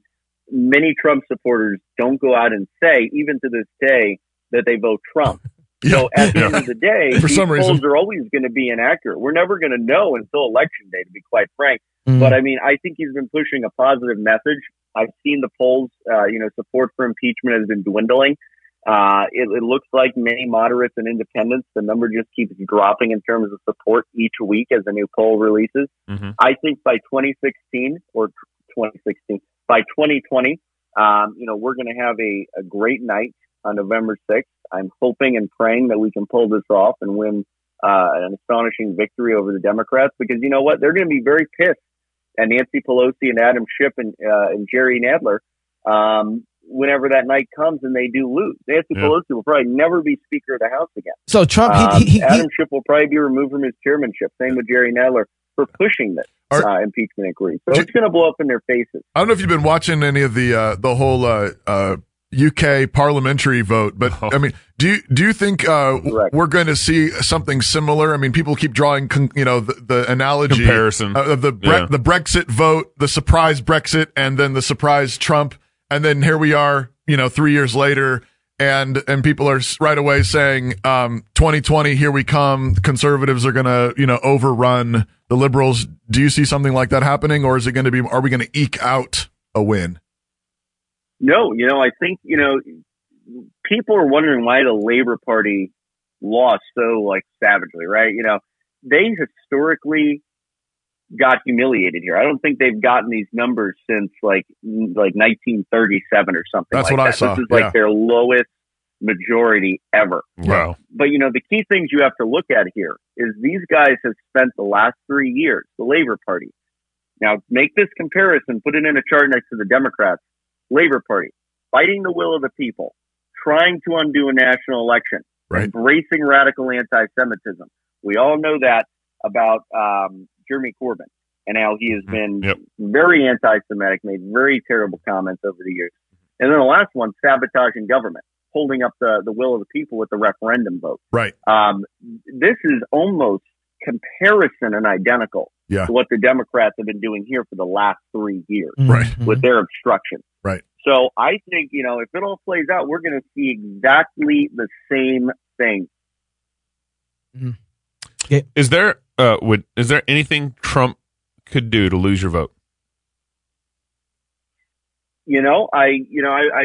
[SPEAKER 4] many Trump supporters don't go out and say, even to this day, that they vote Trump. So at the end of the day,
[SPEAKER 3] For
[SPEAKER 4] these
[SPEAKER 3] some reason.
[SPEAKER 4] polls are always going to be inaccurate. We're never going to know until election day, to be quite frank.
[SPEAKER 2] Mm.
[SPEAKER 4] But I mean, I think he's been pushing a positive message. I've seen the polls. Uh, you know, support for impeachment has been dwindling. Uh, it, it looks like many moderates and independents, the number just keeps dropping in terms of support each week as a new poll releases.
[SPEAKER 1] Mhm.
[SPEAKER 4] I think by 2016 or 2016 by 2020, um, you know, we're going to have a, a great night on November 6th. I'm hoping and praying that we can pull this off and win uh, an astonishing victory over the Democrats because you know what? They're going to be very pissed at Nancy Pelosi and Adam Schiff and, uh, and Jerry Nadler um, whenever that night comes and they do lose. Nancy
[SPEAKER 1] Yeah.
[SPEAKER 4] Pelosi will probably never be Speaker of the House again.
[SPEAKER 2] So Trump,
[SPEAKER 4] Um,
[SPEAKER 2] he, he, he,
[SPEAKER 4] Adam Schiff will probably be removed from his chairmanship. Same with Jerry Nadler for pushing this
[SPEAKER 3] Are-
[SPEAKER 4] uh, impeachment inquiry. So
[SPEAKER 3] Do-
[SPEAKER 4] it's going to blow up in their faces.
[SPEAKER 3] I don't know if you've been watching any of the uh, the whole uh, uh, UK parliamentary vote, but I mean, do you do you think uh,
[SPEAKER 4] Correct.
[SPEAKER 3] we're going to see something similar? I mean, people keep drawing con- you know the, the analogy
[SPEAKER 1] Comparison.
[SPEAKER 3] of of uh, the bre-
[SPEAKER 1] Yeah.
[SPEAKER 3] the Brexit vote, the surprise Brexit, and then the surprise Trump, and then here we are, you know, three years later. And and people are s- right away saying, um, 2020, here we come. Conservatives are gonna, you know, overrun the liberals. Do you see something like that happening, or is it going to be? Are we going to eke out a win?
[SPEAKER 4] No, you know, I think, you know, people are wondering why the Labor Party lost so like savagely, right? You know, they historically got humiliated here. I don't think they've gotten these numbers since like n- like 1937 or something.
[SPEAKER 3] That's
[SPEAKER 4] like
[SPEAKER 3] what I
[SPEAKER 4] that.
[SPEAKER 3] saw,
[SPEAKER 4] This is
[SPEAKER 3] yeah.
[SPEAKER 4] like their lowest majority ever.
[SPEAKER 1] Wow.
[SPEAKER 4] But you know, the key things you have to look at here is these guys have spent the last three years, the Labor Party. Now make this comparison, put it in a chart next to the Democrats, Labor Party, fighting the will of the people, trying to undo a national election,
[SPEAKER 3] Right.
[SPEAKER 4] embracing radical anti-Semitism. We all know that about um, Jeremy Corbyn and how he has been
[SPEAKER 1] Yep.
[SPEAKER 4] very anti-Semitic, made very terrible comments over the years. And then the last one, sabotaging government, holding up the, the will of the people with the referendum vote.
[SPEAKER 3] Right.
[SPEAKER 4] Um, this is almost comparison and identical
[SPEAKER 3] Yeah.
[SPEAKER 4] to what the Democrats have been doing here for the last three years
[SPEAKER 3] Right.
[SPEAKER 2] Mhm.
[SPEAKER 4] with their obstruction.
[SPEAKER 3] Mm-hmm. Right.
[SPEAKER 4] So I think, you know, if it all plays out, we're going to see exactly the same thing.
[SPEAKER 1] Is there uh would is there anything Trump could do to lose your vote?
[SPEAKER 4] You know, I, you know, I, I,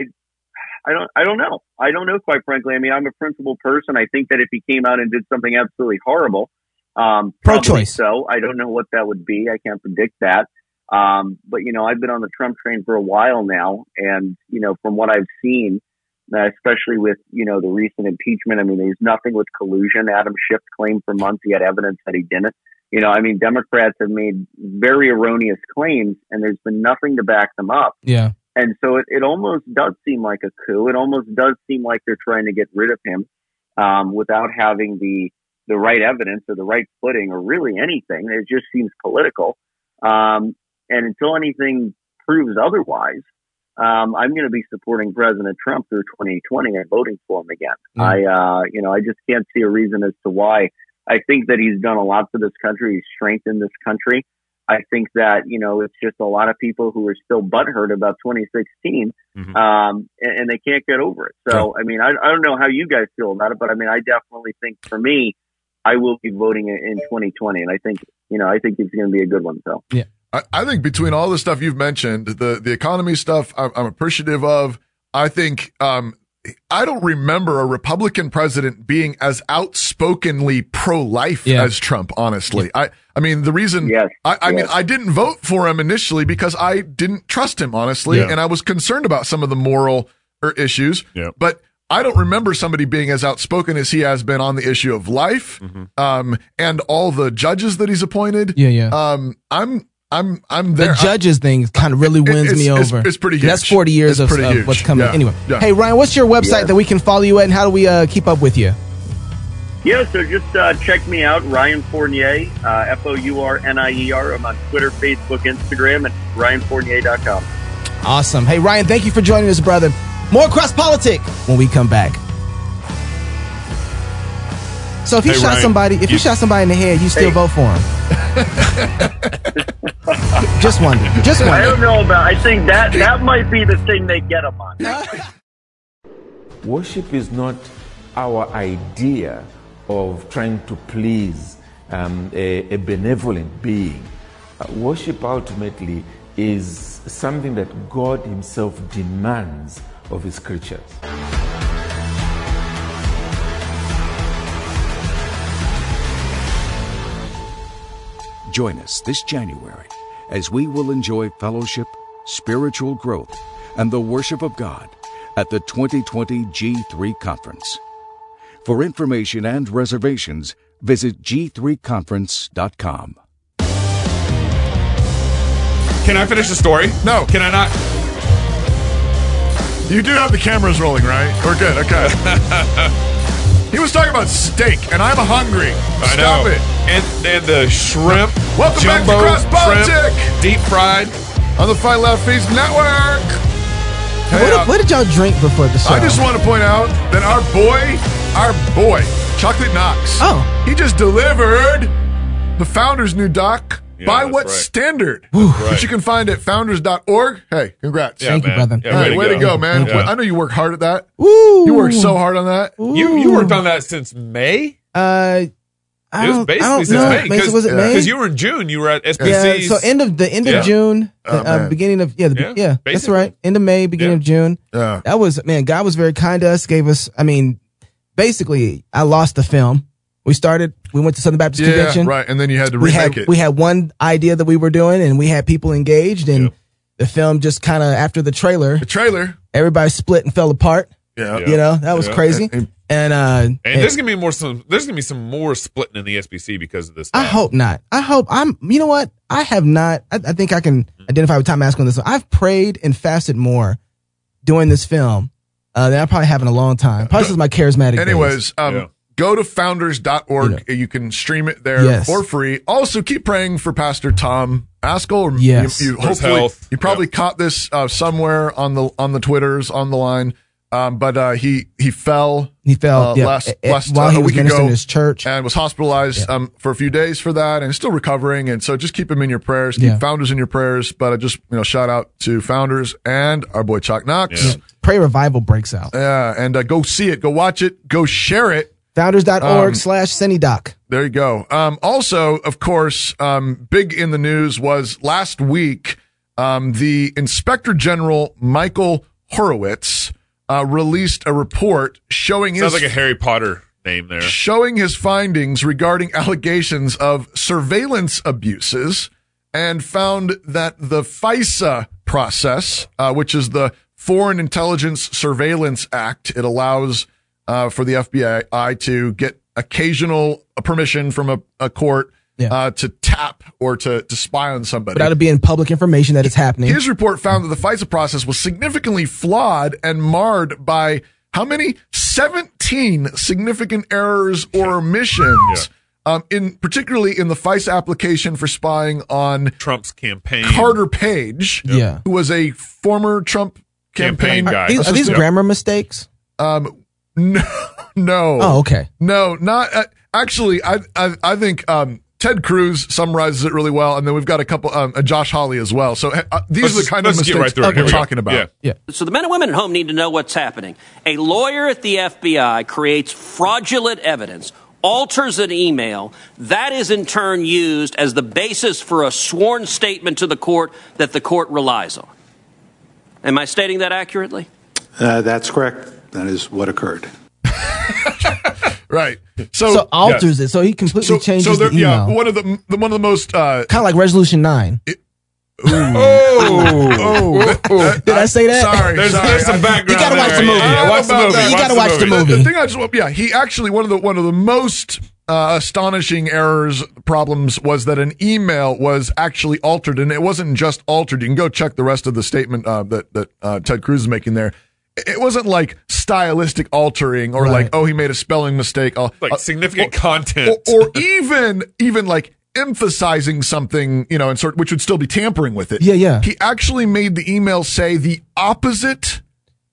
[SPEAKER 4] I don't, I don't know. I don't know, quite frankly. I mean, I'm a principled person. I think that if he came out and did something absolutely horrible, um, probably
[SPEAKER 2] Pro-choice.
[SPEAKER 4] So I don't know what that would be. I can't predict that. Um, but you know, I've been on the Trump train for a while now, and you know, from what I've seen, uh, especially with you know the recent impeachment. I mean, there's nothing with collusion. Adam Schiff claimed for months he had evidence that he didn't. You know, I mean, Democrats have made very erroneous claims, and there's been nothing to back them up.
[SPEAKER 2] Yeah.
[SPEAKER 4] And so it, it almost does seem like a coup. It almost does seem like they're trying to get rid of him um, without having the the right evidence or the right footing or really anything. It just seems political. Um, and until anything proves otherwise, um, I'm going to be supporting President Trump through 2020 and voting for him again.
[SPEAKER 2] Mm.
[SPEAKER 4] I, uh, you know, I just can't see a reason as to why. I think that he's done a lot for this country. He's strengthened this country. I think that you know it's just a lot of people who are still butthurt about 2016,
[SPEAKER 1] Mhm.
[SPEAKER 4] um, and, and they can't get over it. So I mean, I, I don't know how you guys feel about it, but I mean, I definitely think for me, I will be voting in, in 2020, and I think you know I think it's going to be a good one. So
[SPEAKER 3] I, I think between all the stuff you've mentioned, the the economy stuff, I'm, I'm appreciative of. I think um, I don't remember a Republican president being as outspokenly pro life
[SPEAKER 2] Yeah.
[SPEAKER 3] as Trump. Honestly, I I mean the reason
[SPEAKER 4] yes,
[SPEAKER 3] I, I mean,
[SPEAKER 4] Yes.
[SPEAKER 3] I didn't vote for him initially because I didn't trust him, honestly,
[SPEAKER 1] Yeah.
[SPEAKER 3] and I was concerned about some of the moral er, issues.
[SPEAKER 1] Yeah.
[SPEAKER 3] But I don't remember somebody being as outspoken as he has been on the issue of life
[SPEAKER 1] Mhm.
[SPEAKER 3] um, and all the judges that he's appointed.
[SPEAKER 2] Yeah. Yeah.
[SPEAKER 3] Um, I'm, I'm, I'm
[SPEAKER 2] the
[SPEAKER 3] there. I-
[SPEAKER 2] judges thing kind of really
[SPEAKER 3] it-
[SPEAKER 2] wins
[SPEAKER 3] it's-
[SPEAKER 2] me
[SPEAKER 3] it's-
[SPEAKER 2] over.
[SPEAKER 3] it's pretty
[SPEAKER 2] And That's
[SPEAKER 3] huge.
[SPEAKER 2] forty years
[SPEAKER 3] It's
[SPEAKER 2] of,
[SPEAKER 3] pretty
[SPEAKER 2] of
[SPEAKER 3] huge.
[SPEAKER 2] what's coming.
[SPEAKER 3] Yeah.
[SPEAKER 2] Anyway,
[SPEAKER 3] Yeah.
[SPEAKER 2] hey Ryan, what's your website
[SPEAKER 4] Yeah.
[SPEAKER 2] that we can follow you at, and how do we uh, keep up with you?
[SPEAKER 4] Yeah, so just uh, check me out, Ryan Fournier, uh, F O U R N I E R. I'm on Twitter, Facebook, Instagram, and ryanfournier.com.
[SPEAKER 2] Awesome. Hey Ryan, thank you for joining us, brother. More cross politic when we come back. So if you
[SPEAKER 1] Hey,
[SPEAKER 2] shot
[SPEAKER 1] Ryan,
[SPEAKER 2] somebody, if you,
[SPEAKER 1] you-
[SPEAKER 2] shot somebody in the head, you still
[SPEAKER 4] Hey.
[SPEAKER 2] vote for him. just wonder. Just
[SPEAKER 4] I
[SPEAKER 2] wonder.
[SPEAKER 4] don't know about. I think that that might be the thing they get them on.
[SPEAKER 6] Worship is not our idea of trying to please um, a, a benevolent being. Uh, worship ultimately is something that God Himself demands of His creatures.
[SPEAKER 7] Join us this January as we will enjoy fellowship, spiritual growth, and the worship of God at the 2020 G3 Conference. For information and reservations, visit g3conference.com.
[SPEAKER 1] Can I finish the story?
[SPEAKER 3] No.
[SPEAKER 1] Can I not?
[SPEAKER 3] You do have the cameras rolling, right? We're good. Okay. he was talking about steak, and I'm hungry.
[SPEAKER 1] I
[SPEAKER 3] Stop
[SPEAKER 1] know.
[SPEAKER 3] it.
[SPEAKER 1] And, and the shrimp.
[SPEAKER 3] Welcome back to
[SPEAKER 1] jumbo
[SPEAKER 3] Cross
[SPEAKER 1] shrimp,
[SPEAKER 3] Politic.
[SPEAKER 1] Deep fried.
[SPEAKER 3] On the Fight Loud Feast Network. Hey,
[SPEAKER 2] What,
[SPEAKER 3] uh,
[SPEAKER 2] did- what did y'all drink before the show?
[SPEAKER 3] I just want to point out that our boy, our boy, Chocolate Knox.
[SPEAKER 2] Oh.
[SPEAKER 3] He just delivered the Founders new doc.
[SPEAKER 1] Yeah,
[SPEAKER 3] By
[SPEAKER 1] that's
[SPEAKER 3] what
[SPEAKER 1] right.
[SPEAKER 3] standard?
[SPEAKER 1] right.
[SPEAKER 3] Which you can find at founders.org. Hey, congrats.
[SPEAKER 1] Yeah,
[SPEAKER 2] Thank you,
[SPEAKER 1] man.
[SPEAKER 2] brother.
[SPEAKER 1] Yeah,
[SPEAKER 3] Hey, way, to go, man.
[SPEAKER 1] Yeah.
[SPEAKER 3] I know you work hard at that.
[SPEAKER 2] Woo.
[SPEAKER 3] You work so hard on that.
[SPEAKER 1] You you worked on that since May.
[SPEAKER 2] Uh,
[SPEAKER 1] It
[SPEAKER 2] I
[SPEAKER 1] was
[SPEAKER 2] don't, I
[SPEAKER 1] basically
[SPEAKER 2] don't
[SPEAKER 1] since
[SPEAKER 2] know.
[SPEAKER 1] May.
[SPEAKER 2] Maybe it was it May?
[SPEAKER 1] Because you were in June. You were at
[SPEAKER 2] yeah,
[SPEAKER 1] SBC's.
[SPEAKER 2] so end of the end of
[SPEAKER 1] Yeah.
[SPEAKER 2] June, the,
[SPEAKER 3] Oh,
[SPEAKER 2] uh,
[SPEAKER 3] man.
[SPEAKER 2] beginning of yeah, the,
[SPEAKER 1] Yeah,
[SPEAKER 2] yeah, that's
[SPEAKER 1] basically.
[SPEAKER 2] right. End of May, beginning
[SPEAKER 1] Yeah.
[SPEAKER 2] of June.
[SPEAKER 3] Yeah.
[SPEAKER 2] That was man. God was very kind to us. Gave us. I mean, basically, I lost the film. We started. We went to Southern Baptist
[SPEAKER 3] Yeah,
[SPEAKER 2] Convention.
[SPEAKER 3] right. And then you had to
[SPEAKER 2] We
[SPEAKER 3] remake
[SPEAKER 2] had
[SPEAKER 3] it.
[SPEAKER 2] we had one idea that we were doing, and we had people engaged, and
[SPEAKER 1] Yeah.
[SPEAKER 2] the film just kind of after the trailer,
[SPEAKER 3] the trailer.
[SPEAKER 2] everybody split and fell apart.
[SPEAKER 3] Yeah.
[SPEAKER 1] Yeah.
[SPEAKER 2] You know, that was
[SPEAKER 1] Yeah.
[SPEAKER 2] crazy.
[SPEAKER 3] And-
[SPEAKER 2] And uh,
[SPEAKER 1] And there's gonna be more some there's gonna be some more splitting in the SBC because of this.
[SPEAKER 2] I
[SPEAKER 1] stuff.
[SPEAKER 2] hope not. I hope I'm. You know what? I have not. I, I think I can identify with Tom Ask on this. I've prayed and fasted more doing this film uh, that I probably haven't in a long time. Probably since my charismatic. days.
[SPEAKER 3] Anyways, um,
[SPEAKER 1] Yeah.
[SPEAKER 3] go to founders.org. You can stream it there
[SPEAKER 2] Yes.
[SPEAKER 3] for free. Also, keep praying for Pastor Tom Askell. Or
[SPEAKER 2] Yes.
[SPEAKER 3] You, you
[SPEAKER 1] For his
[SPEAKER 3] hopefully,
[SPEAKER 1] health.
[SPEAKER 3] you probably caught this uh, somewhere on the on the Twitters, on the line. Um, but uh, he he fell
[SPEAKER 2] he fell
[SPEAKER 3] uh,
[SPEAKER 2] yeah,
[SPEAKER 3] last-
[SPEAKER 2] eh, eh,
[SPEAKER 3] last,
[SPEAKER 2] while
[SPEAKER 3] uh,
[SPEAKER 2] he
[SPEAKER 3] a
[SPEAKER 2] was
[SPEAKER 3] week
[SPEAKER 2] ministering
[SPEAKER 3] ago.
[SPEAKER 2] in his church.
[SPEAKER 3] and was hospitalized um, for a few days for that, and still recovering. And so, just keep him in your prayers. Keep
[SPEAKER 2] Yeah.
[SPEAKER 3] founders in your prayers. But I just you know shout out to founders and our boy Chuck Knox.
[SPEAKER 1] Yeah.
[SPEAKER 2] Pray revival breaks out.
[SPEAKER 3] Yeah, and uh, go see it, go watch it, go share it.
[SPEAKER 2] Founders.org
[SPEAKER 3] Um,
[SPEAKER 2] slash CineDoc.
[SPEAKER 3] There you go. Um, also, of course, um, big in the news was last week um, the Inspector General Michael Horowitz uh, released a report showing
[SPEAKER 1] Sounds
[SPEAKER 3] his
[SPEAKER 1] like a Harry Potter name there.
[SPEAKER 3] showing his findings regarding allegations of surveillance abuses and found that the FISA process, uh, which is the Foreign Intelligence Surveillance Act, it allows uh, for the FBI to get occasional permission from a, a court
[SPEAKER 2] Yeah.
[SPEAKER 3] uh, to tap or to, to spy on somebody.
[SPEAKER 2] Without it being public information that it's happening.
[SPEAKER 3] His report found that the FISA process was significantly flawed and marred by how many? 17 significant errors or omissions. Um, in particularly in the FISA application for spying on
[SPEAKER 1] Trump's campaign.
[SPEAKER 3] Carter Page,
[SPEAKER 2] Yeah.
[SPEAKER 3] who was a former Trump
[SPEAKER 1] Campaign
[SPEAKER 3] campaign,
[SPEAKER 1] guy.
[SPEAKER 2] These, are these
[SPEAKER 1] Yeah.
[SPEAKER 2] grammar mistakes?
[SPEAKER 3] Um, no, no,
[SPEAKER 2] Oh, okay.
[SPEAKER 3] no, not uh, actually. I, I, I think um, Ted Cruz summarizes it really well, and then we've got a couple, um, uh, Josh Hawley as well. So uh, these
[SPEAKER 1] Let's
[SPEAKER 3] are the
[SPEAKER 1] just-
[SPEAKER 3] kind of
[SPEAKER 1] let's
[SPEAKER 3] mistakes
[SPEAKER 1] get right through it. Here
[SPEAKER 3] we're
[SPEAKER 1] we go.
[SPEAKER 3] talking about.
[SPEAKER 1] Yeah.
[SPEAKER 8] So the men and women at home need to know what's happening. A lawyer at the FBI creates fraudulent evidence, alters an email. That is in turn used as the basis for a sworn statement to the court that the court relies on. Am I stating that accurately?
[SPEAKER 9] Uh, that's correct. That is what occurred.
[SPEAKER 3] Right. So,
[SPEAKER 2] So alters it. So he completely
[SPEAKER 3] so,
[SPEAKER 2] changes
[SPEAKER 3] so there,
[SPEAKER 2] the email.
[SPEAKER 3] yeah, one of the, the one of the most. Uh,
[SPEAKER 2] kind of like Resolution 9.
[SPEAKER 1] Oh,
[SPEAKER 3] oh,
[SPEAKER 2] Did I say that?
[SPEAKER 3] Sorry,
[SPEAKER 1] there's,
[SPEAKER 3] sorry.
[SPEAKER 1] there's some
[SPEAKER 3] I-
[SPEAKER 1] background.
[SPEAKER 2] You gotta watch
[SPEAKER 1] there.
[SPEAKER 2] the movie.
[SPEAKER 1] Yeah, watch the
[SPEAKER 3] About
[SPEAKER 1] movie.
[SPEAKER 3] that.
[SPEAKER 2] You gotta watch the
[SPEAKER 3] The-
[SPEAKER 2] movie.
[SPEAKER 3] The thing I just, want- yeah, he actually one of the one of the most uh, astonishing errors problems was that an email was actually altered, and it wasn't just altered. You can go check the rest of the statement uh, that that uh, Ted Cruz is making there. It wasn't like stylistic altering or like oh he made a spelling mistake. Oh, I'll-
[SPEAKER 1] Like
[SPEAKER 3] I'll-
[SPEAKER 1] significant
[SPEAKER 3] Uh, or-
[SPEAKER 1] content.
[SPEAKER 3] or, or even even like emphasizing something, you know, and sort which would still be tampering with it.
[SPEAKER 2] Yeah, yeah.
[SPEAKER 3] He actually made the email say the opposite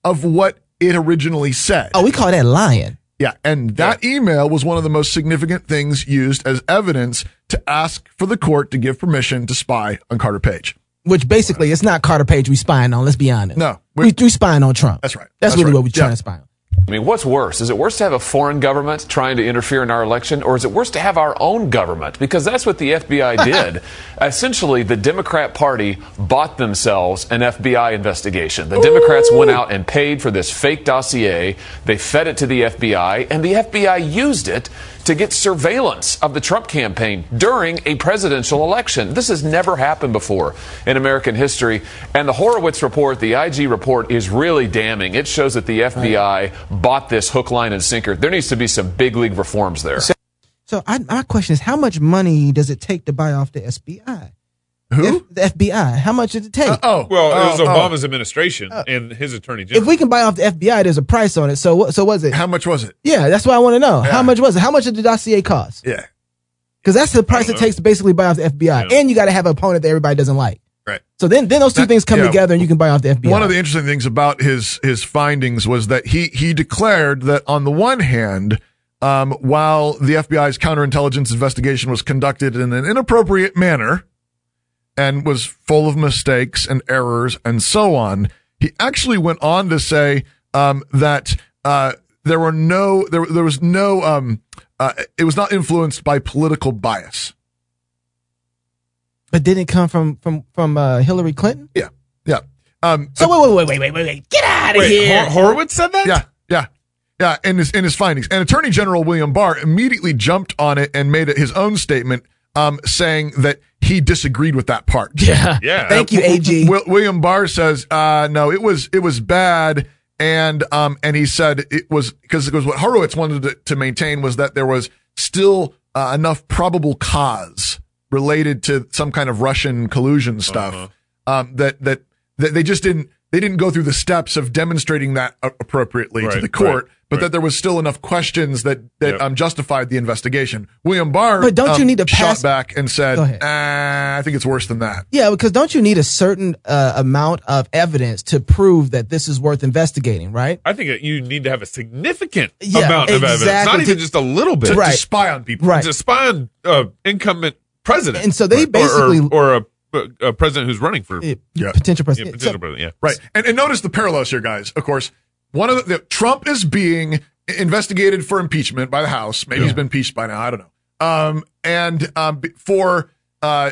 [SPEAKER 3] of what it originally said.
[SPEAKER 2] Oh, we call that lying.
[SPEAKER 3] Yeah, and that email was one of the most significant things used as evidence to ask for the court to give permission to spy on Carter Page.
[SPEAKER 2] Which basically, it's not Carter Page we spying on. Let's be honest.
[SPEAKER 3] No,
[SPEAKER 2] we, we spying on Trump.
[SPEAKER 3] That's right.
[SPEAKER 2] That's,
[SPEAKER 3] That's
[SPEAKER 2] really
[SPEAKER 3] right.
[SPEAKER 2] what we're trying
[SPEAKER 3] Yeah.
[SPEAKER 2] to spy on.
[SPEAKER 10] I mean, what's worse? Is it worse to have a foreign government trying to interfere in our election, or is it worse to have our own government? Because that's what the FBI did. Essentially, the Democrat Party bought themselves an FBI investigation. The Democrats went out and paid for this fake dossier. They fed it to the FBI, and the FBI used it to get surveillance of the Trump campaign during a presidential election. This has never happened before in American history. And the Horowitz report, the IG report, is really damning. It shows that the FBI bought this hook, line, and sinker. There needs to be some big league reforms there.
[SPEAKER 2] So I, my question is, how much money does it take to buy off the SBI?
[SPEAKER 3] Who?
[SPEAKER 2] The FBI. How much does it take?
[SPEAKER 3] Oh,
[SPEAKER 1] Well, it was
[SPEAKER 3] oh, oh.
[SPEAKER 1] Obama's administration and his attorney general.
[SPEAKER 2] if we can buy off the FBI, there's a price on it. So what? So was it?
[SPEAKER 3] How much was it?
[SPEAKER 2] yeah, that's what I want to know. How much was it? How much did the dossier cost?
[SPEAKER 3] Yeah,
[SPEAKER 2] Because that's the price it
[SPEAKER 3] Uh-huh.
[SPEAKER 2] takes to basically buy off the FBI, and you got to have an opponent that everybody doesn't like.
[SPEAKER 3] right.
[SPEAKER 2] So then, then those two
[SPEAKER 3] That-
[SPEAKER 2] things come
[SPEAKER 3] yeah.
[SPEAKER 2] together, and you can buy off the FBI.
[SPEAKER 3] One of the interesting things about his his findings was that he he declared that on the one hand, um, while the FBI's counterintelligence investigation was conducted in an inappropriate manner and was full of mistakes and errors and so on, he actually went on to say um, that uh, there were no there there was no um, uh, it was not influenced by political bias.
[SPEAKER 2] but didn't it come from from from uh, Hillary Clinton?
[SPEAKER 3] Yeah, yeah. Um,
[SPEAKER 2] So wait, wait, wait, wait, wait, wait, wait. Get out of
[SPEAKER 1] Wait,
[SPEAKER 2] here.
[SPEAKER 1] Hor- Horowitz said that?
[SPEAKER 3] Yeah, yeah, yeah. In his in his findings, and Attorney General William Barr immediately jumped on it and made it his own statement, um, saying that he disagreed with that part.
[SPEAKER 2] yeah.
[SPEAKER 1] Yeah.
[SPEAKER 2] Thank you, AG.
[SPEAKER 3] Wil- William Barr says, uh, no, it was it was bad. And um and he said it was because it was what Horowitz wanted to, to maintain was that there was still uh, enough probable cause
[SPEAKER 1] Uh-huh.
[SPEAKER 3] related to some kind of Russian collusion stuff um, that that that they just didn't they didn't go through the steps of demonstrating that a- appropriately to
[SPEAKER 1] Right,
[SPEAKER 3] the court,
[SPEAKER 1] right,
[SPEAKER 3] but
[SPEAKER 1] right.
[SPEAKER 3] that there was still enough questions that that
[SPEAKER 1] Yep.
[SPEAKER 3] um, justified the investigation. William Barr,
[SPEAKER 2] But don't you
[SPEAKER 3] um,
[SPEAKER 2] need to pass-
[SPEAKER 3] shot back and said,
[SPEAKER 2] Go ahead.
[SPEAKER 3] "Ah, I think it's worse than that.
[SPEAKER 2] Yeah, because don't you need a certain uh, amount of evidence to prove that this is worth investigating, right?
[SPEAKER 1] I think that you need to have a significant
[SPEAKER 2] Yeah,
[SPEAKER 1] amount of evidence, not
[SPEAKER 2] exactly.
[SPEAKER 1] even just a little bit,
[SPEAKER 3] To,
[SPEAKER 2] Right.
[SPEAKER 3] to spy on people,
[SPEAKER 2] Right.
[SPEAKER 1] to spy on uh, incumbent president.
[SPEAKER 2] And so they
[SPEAKER 1] Or- or-
[SPEAKER 2] basically-
[SPEAKER 1] or, a, a president who's running for
[SPEAKER 2] It-
[SPEAKER 3] Yeah.
[SPEAKER 2] Potential
[SPEAKER 1] yeah,
[SPEAKER 2] president.
[SPEAKER 1] potential president. Yeah,
[SPEAKER 3] Right. And, and notice the parallels here, guys. Of course, one of the, the- Trump is being investigated for impeachment by the House. Maybe he's been impeached by now. I don't know. Um, and um, b- for uh,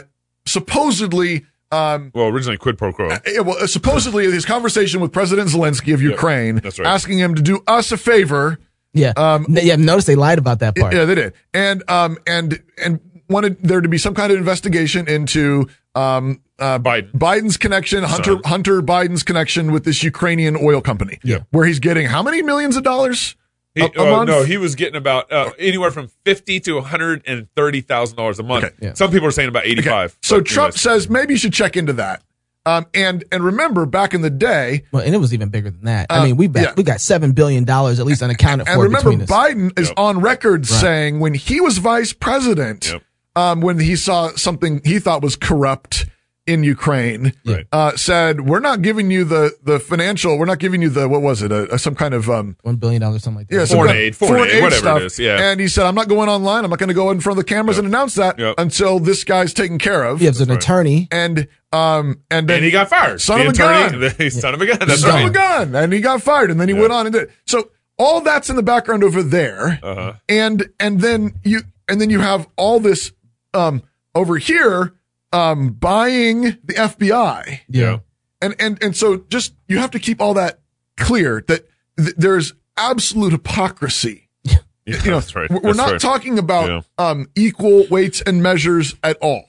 [SPEAKER 3] supposedly, um,
[SPEAKER 1] Well, originally quid pro quo.
[SPEAKER 3] eh, well, supposedly his conversation with President Zelensky of Ukraine,
[SPEAKER 1] that's right.
[SPEAKER 3] asking him to do us a favor.
[SPEAKER 2] yeah.
[SPEAKER 3] Um,
[SPEAKER 2] N- yeah. Notice they lied about that part.
[SPEAKER 3] Yeah, they did. And um, and and wanted there to be some kind of investigation into um, uh,
[SPEAKER 1] Biden.
[SPEAKER 3] Biden's connection, Hunter
[SPEAKER 1] Son.
[SPEAKER 3] Hunter Biden's connection with this Ukrainian oil company.
[SPEAKER 1] Yeah.
[SPEAKER 3] where he's getting how many millions of dollars?
[SPEAKER 1] He,
[SPEAKER 3] a- a
[SPEAKER 1] oh,
[SPEAKER 3] month?
[SPEAKER 1] no, he was getting about uh, anywhere from fifty to one hundred and thirty thousand dollars a month.
[SPEAKER 3] Okay.
[SPEAKER 2] Yeah.
[SPEAKER 1] Some people are saying about
[SPEAKER 3] Okay.
[SPEAKER 1] eighty-five.
[SPEAKER 3] So
[SPEAKER 1] but
[SPEAKER 3] Trump
[SPEAKER 1] anyways.
[SPEAKER 3] says maybe you should check into that. Um, and and remember back in the day,
[SPEAKER 2] Well, and it was even bigger than that.
[SPEAKER 3] Uh,
[SPEAKER 2] I mean, we bet,
[SPEAKER 3] yeah.
[SPEAKER 2] we got seven billion dollars at least unaccounted
[SPEAKER 3] and
[SPEAKER 2] for
[SPEAKER 3] remember
[SPEAKER 2] between us.
[SPEAKER 3] Biden is
[SPEAKER 1] Yep.
[SPEAKER 3] on record saying when he was vice president,
[SPEAKER 1] Yep.
[SPEAKER 3] um, when he saw something he thought was corrupt in Ukraine,
[SPEAKER 1] Right.
[SPEAKER 3] uh, said, "We're not giving you the the financial. We're not giving you the what was it? A, a- some kind of um,
[SPEAKER 2] One billion dollars, something like that.
[SPEAKER 3] yeah, some
[SPEAKER 1] Foreign
[SPEAKER 3] kind of
[SPEAKER 1] aid, foreign aid, whatever it is, yeah.
[SPEAKER 3] and he said, "I'm not going online. I'm not going to go in front of the cameras and announce that
[SPEAKER 1] Yep.
[SPEAKER 3] until this guy's taken care of."
[SPEAKER 2] He has an
[SPEAKER 1] right.
[SPEAKER 2] attorney.
[SPEAKER 3] And um, and then
[SPEAKER 1] and he got fired.
[SPEAKER 3] Son
[SPEAKER 1] the
[SPEAKER 3] of a
[SPEAKER 1] attorney,
[SPEAKER 3] gun.
[SPEAKER 1] The, son of a gun. That's
[SPEAKER 3] son
[SPEAKER 1] right.
[SPEAKER 3] of a gun, and he got fired, and then he went on and did. it. So all that's in the background over there,
[SPEAKER 1] Uh-huh.
[SPEAKER 3] and and then you and then you have all this um, over here um, buying the FBI,
[SPEAKER 1] Yeah.
[SPEAKER 3] and and and so just you have to keep all that clear that th- there's absolute hypocrisy.
[SPEAKER 1] Yeah,
[SPEAKER 3] You know,
[SPEAKER 1] that's right.
[SPEAKER 3] we're
[SPEAKER 1] That's
[SPEAKER 3] not
[SPEAKER 1] right.
[SPEAKER 3] talking about
[SPEAKER 1] Yeah.
[SPEAKER 3] um, equal weights and measures at all.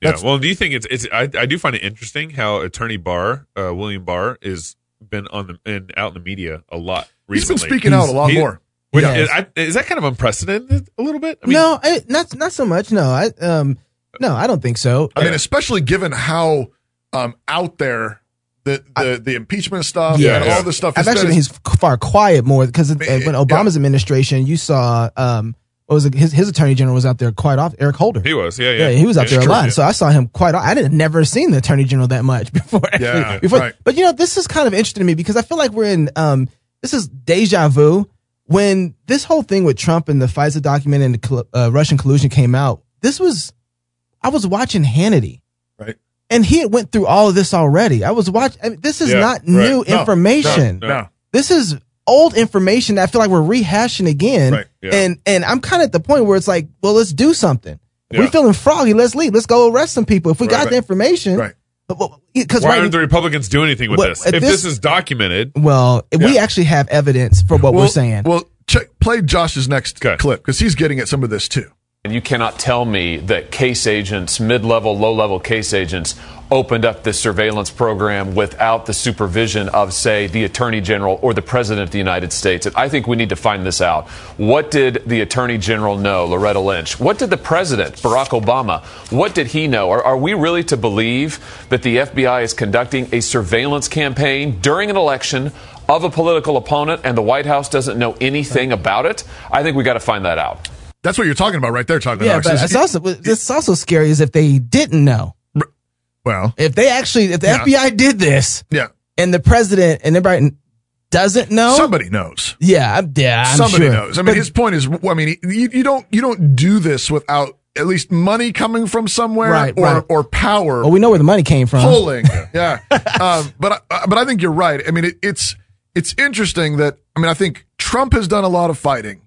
[SPEAKER 1] Yeah.
[SPEAKER 3] That's-
[SPEAKER 1] Well, do you think it's it's? I, I do find it interesting how Attorney Barr, uh, William Barr, is been on the and out in the media a lot recently.
[SPEAKER 3] He's been speaking out a lot
[SPEAKER 1] He-
[SPEAKER 3] more.
[SPEAKER 1] Which-
[SPEAKER 2] Yes.
[SPEAKER 1] I- is that kind of unprecedented a little bit? I
[SPEAKER 2] no, I, not not so much. No, I um, no, I don't think so.
[SPEAKER 3] I mean, especially given how um, out there the the, the impeachment stuff
[SPEAKER 2] Yeah.
[SPEAKER 3] and all this stuff.
[SPEAKER 2] I've
[SPEAKER 3] is-
[SPEAKER 2] actually been he's far quiet more because uh, when
[SPEAKER 3] Yeah.
[SPEAKER 2] Obama's administration, you saw um, what was it? his his attorney general was out there quite often. Eric Holder.
[SPEAKER 1] he was. Yeah, yeah.
[SPEAKER 2] yeah, he was out
[SPEAKER 1] It's
[SPEAKER 2] there a
[SPEAKER 1] true,
[SPEAKER 2] lot,
[SPEAKER 1] yeah.
[SPEAKER 2] so I saw him quite. o- I didn't never seen the attorney general that much before. Actually,
[SPEAKER 3] Yeah,
[SPEAKER 2] before,
[SPEAKER 3] right.
[SPEAKER 2] but you know, this is kind of interesting to me because I feel like we're in. Um, this is deja vu. When this whole thing with Trump and the FISA document and the col- uh, Russian collusion came out, this was. I was watching Hannity.
[SPEAKER 3] Right.
[SPEAKER 2] And he had went through all of this already. I was watching. I mean, this is
[SPEAKER 1] Yeah,
[SPEAKER 2] not
[SPEAKER 1] right.
[SPEAKER 2] new
[SPEAKER 3] no,
[SPEAKER 2] information.
[SPEAKER 1] no.
[SPEAKER 2] This is old information. That I feel like we're rehashing again.
[SPEAKER 3] Right,
[SPEAKER 1] yeah.
[SPEAKER 2] And and I'm kind of at the point where it's like, well, let's do something. If
[SPEAKER 1] Yeah.
[SPEAKER 2] We're feeling froggy. Let's leave. Let's go arrest some people. If we got
[SPEAKER 3] Right.
[SPEAKER 2] the information,
[SPEAKER 3] Right.
[SPEAKER 2] Because
[SPEAKER 1] Why aren't the Republicans doing anything with
[SPEAKER 2] Well,
[SPEAKER 1] this?
[SPEAKER 2] at
[SPEAKER 1] If this,
[SPEAKER 2] this-
[SPEAKER 1] is documented,
[SPEAKER 2] well, we actually have evidence for what
[SPEAKER 3] Well-
[SPEAKER 2] we're saying.
[SPEAKER 3] Well, check, play Josh's next
[SPEAKER 1] Okay.
[SPEAKER 3] clip because he's getting at some of this too.
[SPEAKER 10] And you cannot tell me that case agents, mid level, low level case agents, opened up this surveillance program without the supervision of, say, the Attorney General or the President of the United States. And I think we need to find this out. What did the Attorney General know, Loretta Lynch? What did the President, Barack Obama, what did he know? Are, are we really to believe that the FBI is conducting a surveillance campaign during an election? Of a political opponent, and the White House doesn't know anything about it. I think we got to find that out.
[SPEAKER 3] That's what you're talking about right there, talking
[SPEAKER 2] yeah,
[SPEAKER 3] about.
[SPEAKER 2] but it's also it's also scary as if they didn't know.
[SPEAKER 3] well,
[SPEAKER 2] If they actually, if the
[SPEAKER 3] Yeah.
[SPEAKER 2] FBI did this,
[SPEAKER 3] yeah,
[SPEAKER 2] and the president and everybody doesn't know,
[SPEAKER 3] somebody knows.
[SPEAKER 2] yeah, I'm, yeah, Oh. I'm
[SPEAKER 3] somebody
[SPEAKER 2] sure.
[SPEAKER 3] knows. I mean,
[SPEAKER 2] But-
[SPEAKER 3] his point is, I mean, you, you don't you don't do this without at least money coming from somewhere
[SPEAKER 2] Right,
[SPEAKER 3] or
[SPEAKER 2] right.
[SPEAKER 3] or power.
[SPEAKER 2] well, we know where the money came from.
[SPEAKER 3] polling. yeah. Um, but I, but I think you're right. I mean, it, it's it's interesting that I mean, I think Trump has done a lot of fighting,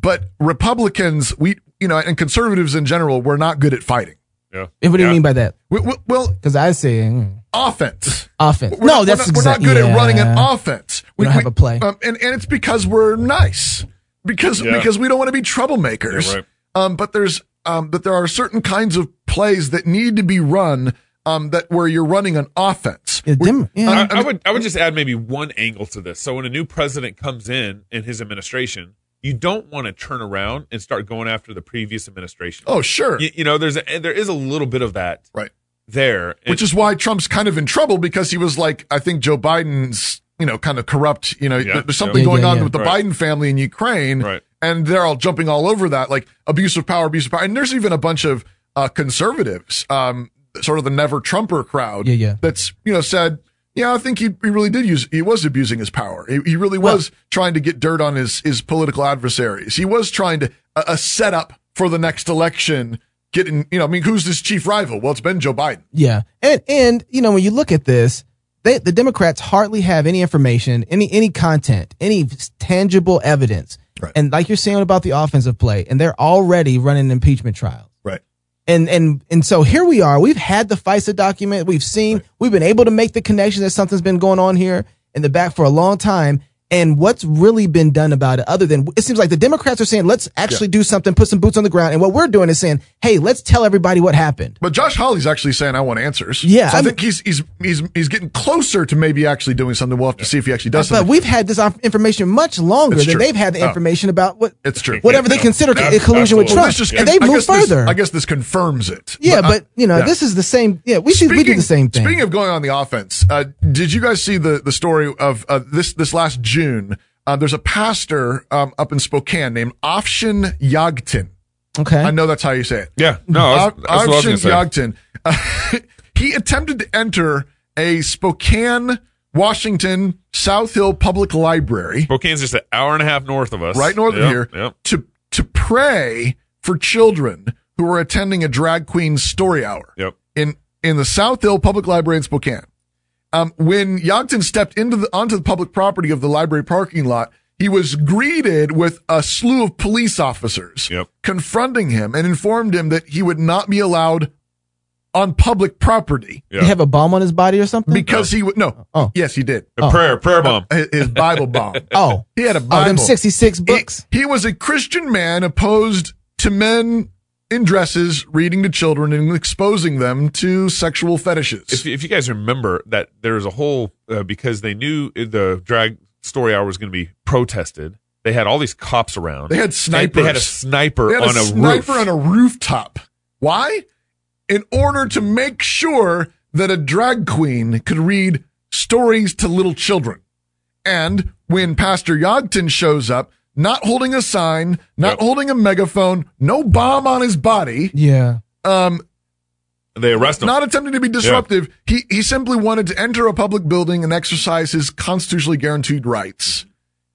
[SPEAKER 3] but Republicans, we you know, and conservatives in general, we're not good at fighting.
[SPEAKER 1] yeah.
[SPEAKER 2] what do you
[SPEAKER 1] Yeah.
[SPEAKER 2] mean by that?
[SPEAKER 3] We, we, well,
[SPEAKER 2] Because I say mm,
[SPEAKER 3] offense.
[SPEAKER 2] offense.
[SPEAKER 3] We're
[SPEAKER 2] no,
[SPEAKER 3] not,
[SPEAKER 2] that's
[SPEAKER 3] we're not,
[SPEAKER 2] exactly.
[SPEAKER 3] we're not good at running an offense.
[SPEAKER 2] We don't have a play.
[SPEAKER 3] um, and and it's because we're nice because
[SPEAKER 1] Yeah.
[SPEAKER 3] because we don't want to be troublemakers.
[SPEAKER 1] Yeah, right.
[SPEAKER 3] Um, but there's um, but there are certain kinds of plays that need to be run. Um, that where you're running an offense.
[SPEAKER 2] Yeah, dem- yeah.
[SPEAKER 1] I, I would I would just add maybe one angle to this. So when a new president comes in in his administration, you don't want to turn around and start going after the previous administration.
[SPEAKER 3] Oh, sure.
[SPEAKER 1] You, you know, there's a, there is a little bit of that,
[SPEAKER 3] Right.
[SPEAKER 1] there.
[SPEAKER 3] which is why Trump's kind of in trouble because he was like, I think Joe Biden's, you know, kind of corrupt. You know,
[SPEAKER 1] Yeah.
[SPEAKER 3] there- there's something
[SPEAKER 2] Yeah,
[SPEAKER 3] going
[SPEAKER 2] yeah,
[SPEAKER 3] on
[SPEAKER 2] yeah.
[SPEAKER 3] with the
[SPEAKER 1] Right.
[SPEAKER 3] Biden family in Ukraine,
[SPEAKER 1] Right.
[SPEAKER 3] and they're all jumping all over that, like abuse of power, abuse of power. And there's even a bunch of uh, conservatives, um, sort of the never Trumper crowd,
[SPEAKER 2] Yeah, yeah.
[SPEAKER 3] that's you know said. Yeah, I think he, he really did use he was abusing his power. He, he really was trying to get dirt on his his political adversaries. He was trying to a, a setup for the next election. Getting you know, I mean, who's his chief rival? Well, it's been Joe Biden.
[SPEAKER 2] Yeah, and and you know when you look at this, they, the Democrats hardly have any information, any any content, any tangible evidence,
[SPEAKER 3] Right.
[SPEAKER 2] and like you're saying about the offensive play, and they're already running impeachment trials.
[SPEAKER 3] Right.
[SPEAKER 2] And and and so here we are. We've had the FISA document. We've seen. We've been able to make the connection that something's been going on here in the back for a long time. And what's really been done about it, other than it seems like the Democrats are saying, let's actually do something, put some boots on the ground. And what we're doing is saying, hey, let's tell everybody what happened.
[SPEAKER 3] But Josh Hawley's actually saying, "I want answers."
[SPEAKER 2] Yeah,
[SPEAKER 3] so I
[SPEAKER 2] I'm-
[SPEAKER 3] think he's he's he's he's getting closer to maybe actually doing something. We'll have to see if he actually does
[SPEAKER 2] But
[SPEAKER 3] something.
[SPEAKER 2] we've had this inf- information much longer
[SPEAKER 3] It's
[SPEAKER 2] than
[SPEAKER 3] true.
[SPEAKER 2] they've had the
[SPEAKER 3] Oh.
[SPEAKER 2] information about what
[SPEAKER 3] It's true.
[SPEAKER 2] whatever they
[SPEAKER 1] Yeah.
[SPEAKER 2] consider
[SPEAKER 1] Yeah.
[SPEAKER 2] a collusion with
[SPEAKER 1] Absolutely.
[SPEAKER 2] Trump,
[SPEAKER 3] this just-
[SPEAKER 2] and they've
[SPEAKER 3] I
[SPEAKER 2] moved
[SPEAKER 3] guess this-
[SPEAKER 2] further.
[SPEAKER 3] I guess this confirms it.
[SPEAKER 2] yeah, but,
[SPEAKER 3] I-
[SPEAKER 2] you know,
[SPEAKER 3] yeah.
[SPEAKER 2] this is the same. Yeah, we should we do the same thing.
[SPEAKER 3] Speaking of going on the offense, uh, did you guys see the the story of uh, this this last June? Uh, there's a pastor um, up in Spokane named Afshin Yagtin.
[SPEAKER 2] okay,
[SPEAKER 3] I know that's how you say it.
[SPEAKER 1] Eh? Yeah, no, that's, that's what I was gonna
[SPEAKER 3] Avshin
[SPEAKER 1] say.
[SPEAKER 3] Yagtin. Uh, he attempted to enter a Spokane, Washington, South Hill Public Library,
[SPEAKER 1] Spokane's just an hour and a half north of us,
[SPEAKER 3] right north of
[SPEAKER 1] Yep,
[SPEAKER 3] here,
[SPEAKER 1] Yep.
[SPEAKER 3] to to pray for children who were attending a drag queen story hour
[SPEAKER 1] Yep.
[SPEAKER 3] in in the South Hill Public Library in Spokane. Um, when Yagtin stepped into the onto the public property of the library parking lot, he was greeted with a slew of police officers
[SPEAKER 1] Yep.
[SPEAKER 3] confronting him and informed him that he would not be allowed on public property
[SPEAKER 1] Yeah.
[SPEAKER 2] they have a bomb on his body or something.
[SPEAKER 3] because he would no.
[SPEAKER 2] Oh.
[SPEAKER 3] Yes, he did.
[SPEAKER 1] A prayer, prayer bomb.
[SPEAKER 3] His his Bible bomb.
[SPEAKER 2] oh,
[SPEAKER 3] He had a
[SPEAKER 2] oh,
[SPEAKER 3] Bible.
[SPEAKER 2] them sixty six books.
[SPEAKER 3] He, he was a Christian man opposed to men in dresses reading to children and exposing them to sexual fetishes.
[SPEAKER 1] if, if you guys remember that there was a whole uh, because they knew the drag story hour was going to be protested. They had all these cops around.
[SPEAKER 3] They had snipers.
[SPEAKER 1] They, had a sniper
[SPEAKER 3] They had
[SPEAKER 1] on a,
[SPEAKER 3] sniper
[SPEAKER 1] roof.
[SPEAKER 3] on a rooftop. Why? In order to make sure that a drag queen could read stories to little children. And when Pastor Yogton shows up, not holding a sign, not
[SPEAKER 1] Yep.
[SPEAKER 3] holding a megaphone, no bomb on his body,
[SPEAKER 2] Yeah,
[SPEAKER 3] um,
[SPEAKER 1] they arrest him.
[SPEAKER 3] not attempting to be disruptive. He he simply wanted to enter a public building and exercise his constitutionally guaranteed rights.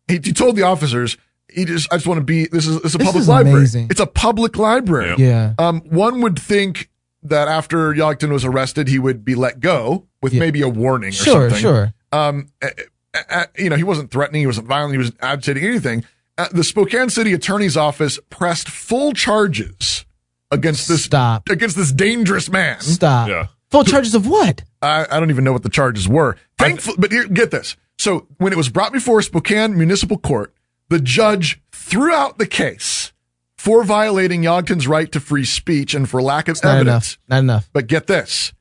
[SPEAKER 3] He, he told the officers, "He just I just want to be. This is it's a
[SPEAKER 2] This
[SPEAKER 3] public
[SPEAKER 2] is
[SPEAKER 3] library.
[SPEAKER 2] amazing.
[SPEAKER 3] It's a public library.
[SPEAKER 2] yeah.
[SPEAKER 3] Um, one would think that after Yogton was arrested, he would be let go with
[SPEAKER 2] Yeah.
[SPEAKER 3] maybe a warning. or
[SPEAKER 2] Sure,
[SPEAKER 3] something.
[SPEAKER 2] sure.
[SPEAKER 3] Um, uh, uh, uh, you know, he wasn't threatening. He wasn't violent. He wasn't agitating anything. Uh, the Spokane City Attorney's Office pressed full charges against this
[SPEAKER 2] Stop.
[SPEAKER 3] against this dangerous man.
[SPEAKER 2] Stop.
[SPEAKER 1] Yeah.
[SPEAKER 2] Full charges of what?
[SPEAKER 3] I, I don't even know what the charges were. Thankfully, but here, get this. So when it was brought before Spokane Municipal Court, the judge threw out the case for violating Yogton's right to free speech and for lack of
[SPEAKER 2] Not
[SPEAKER 3] evidence.
[SPEAKER 2] enough. Not enough.
[SPEAKER 3] But get this.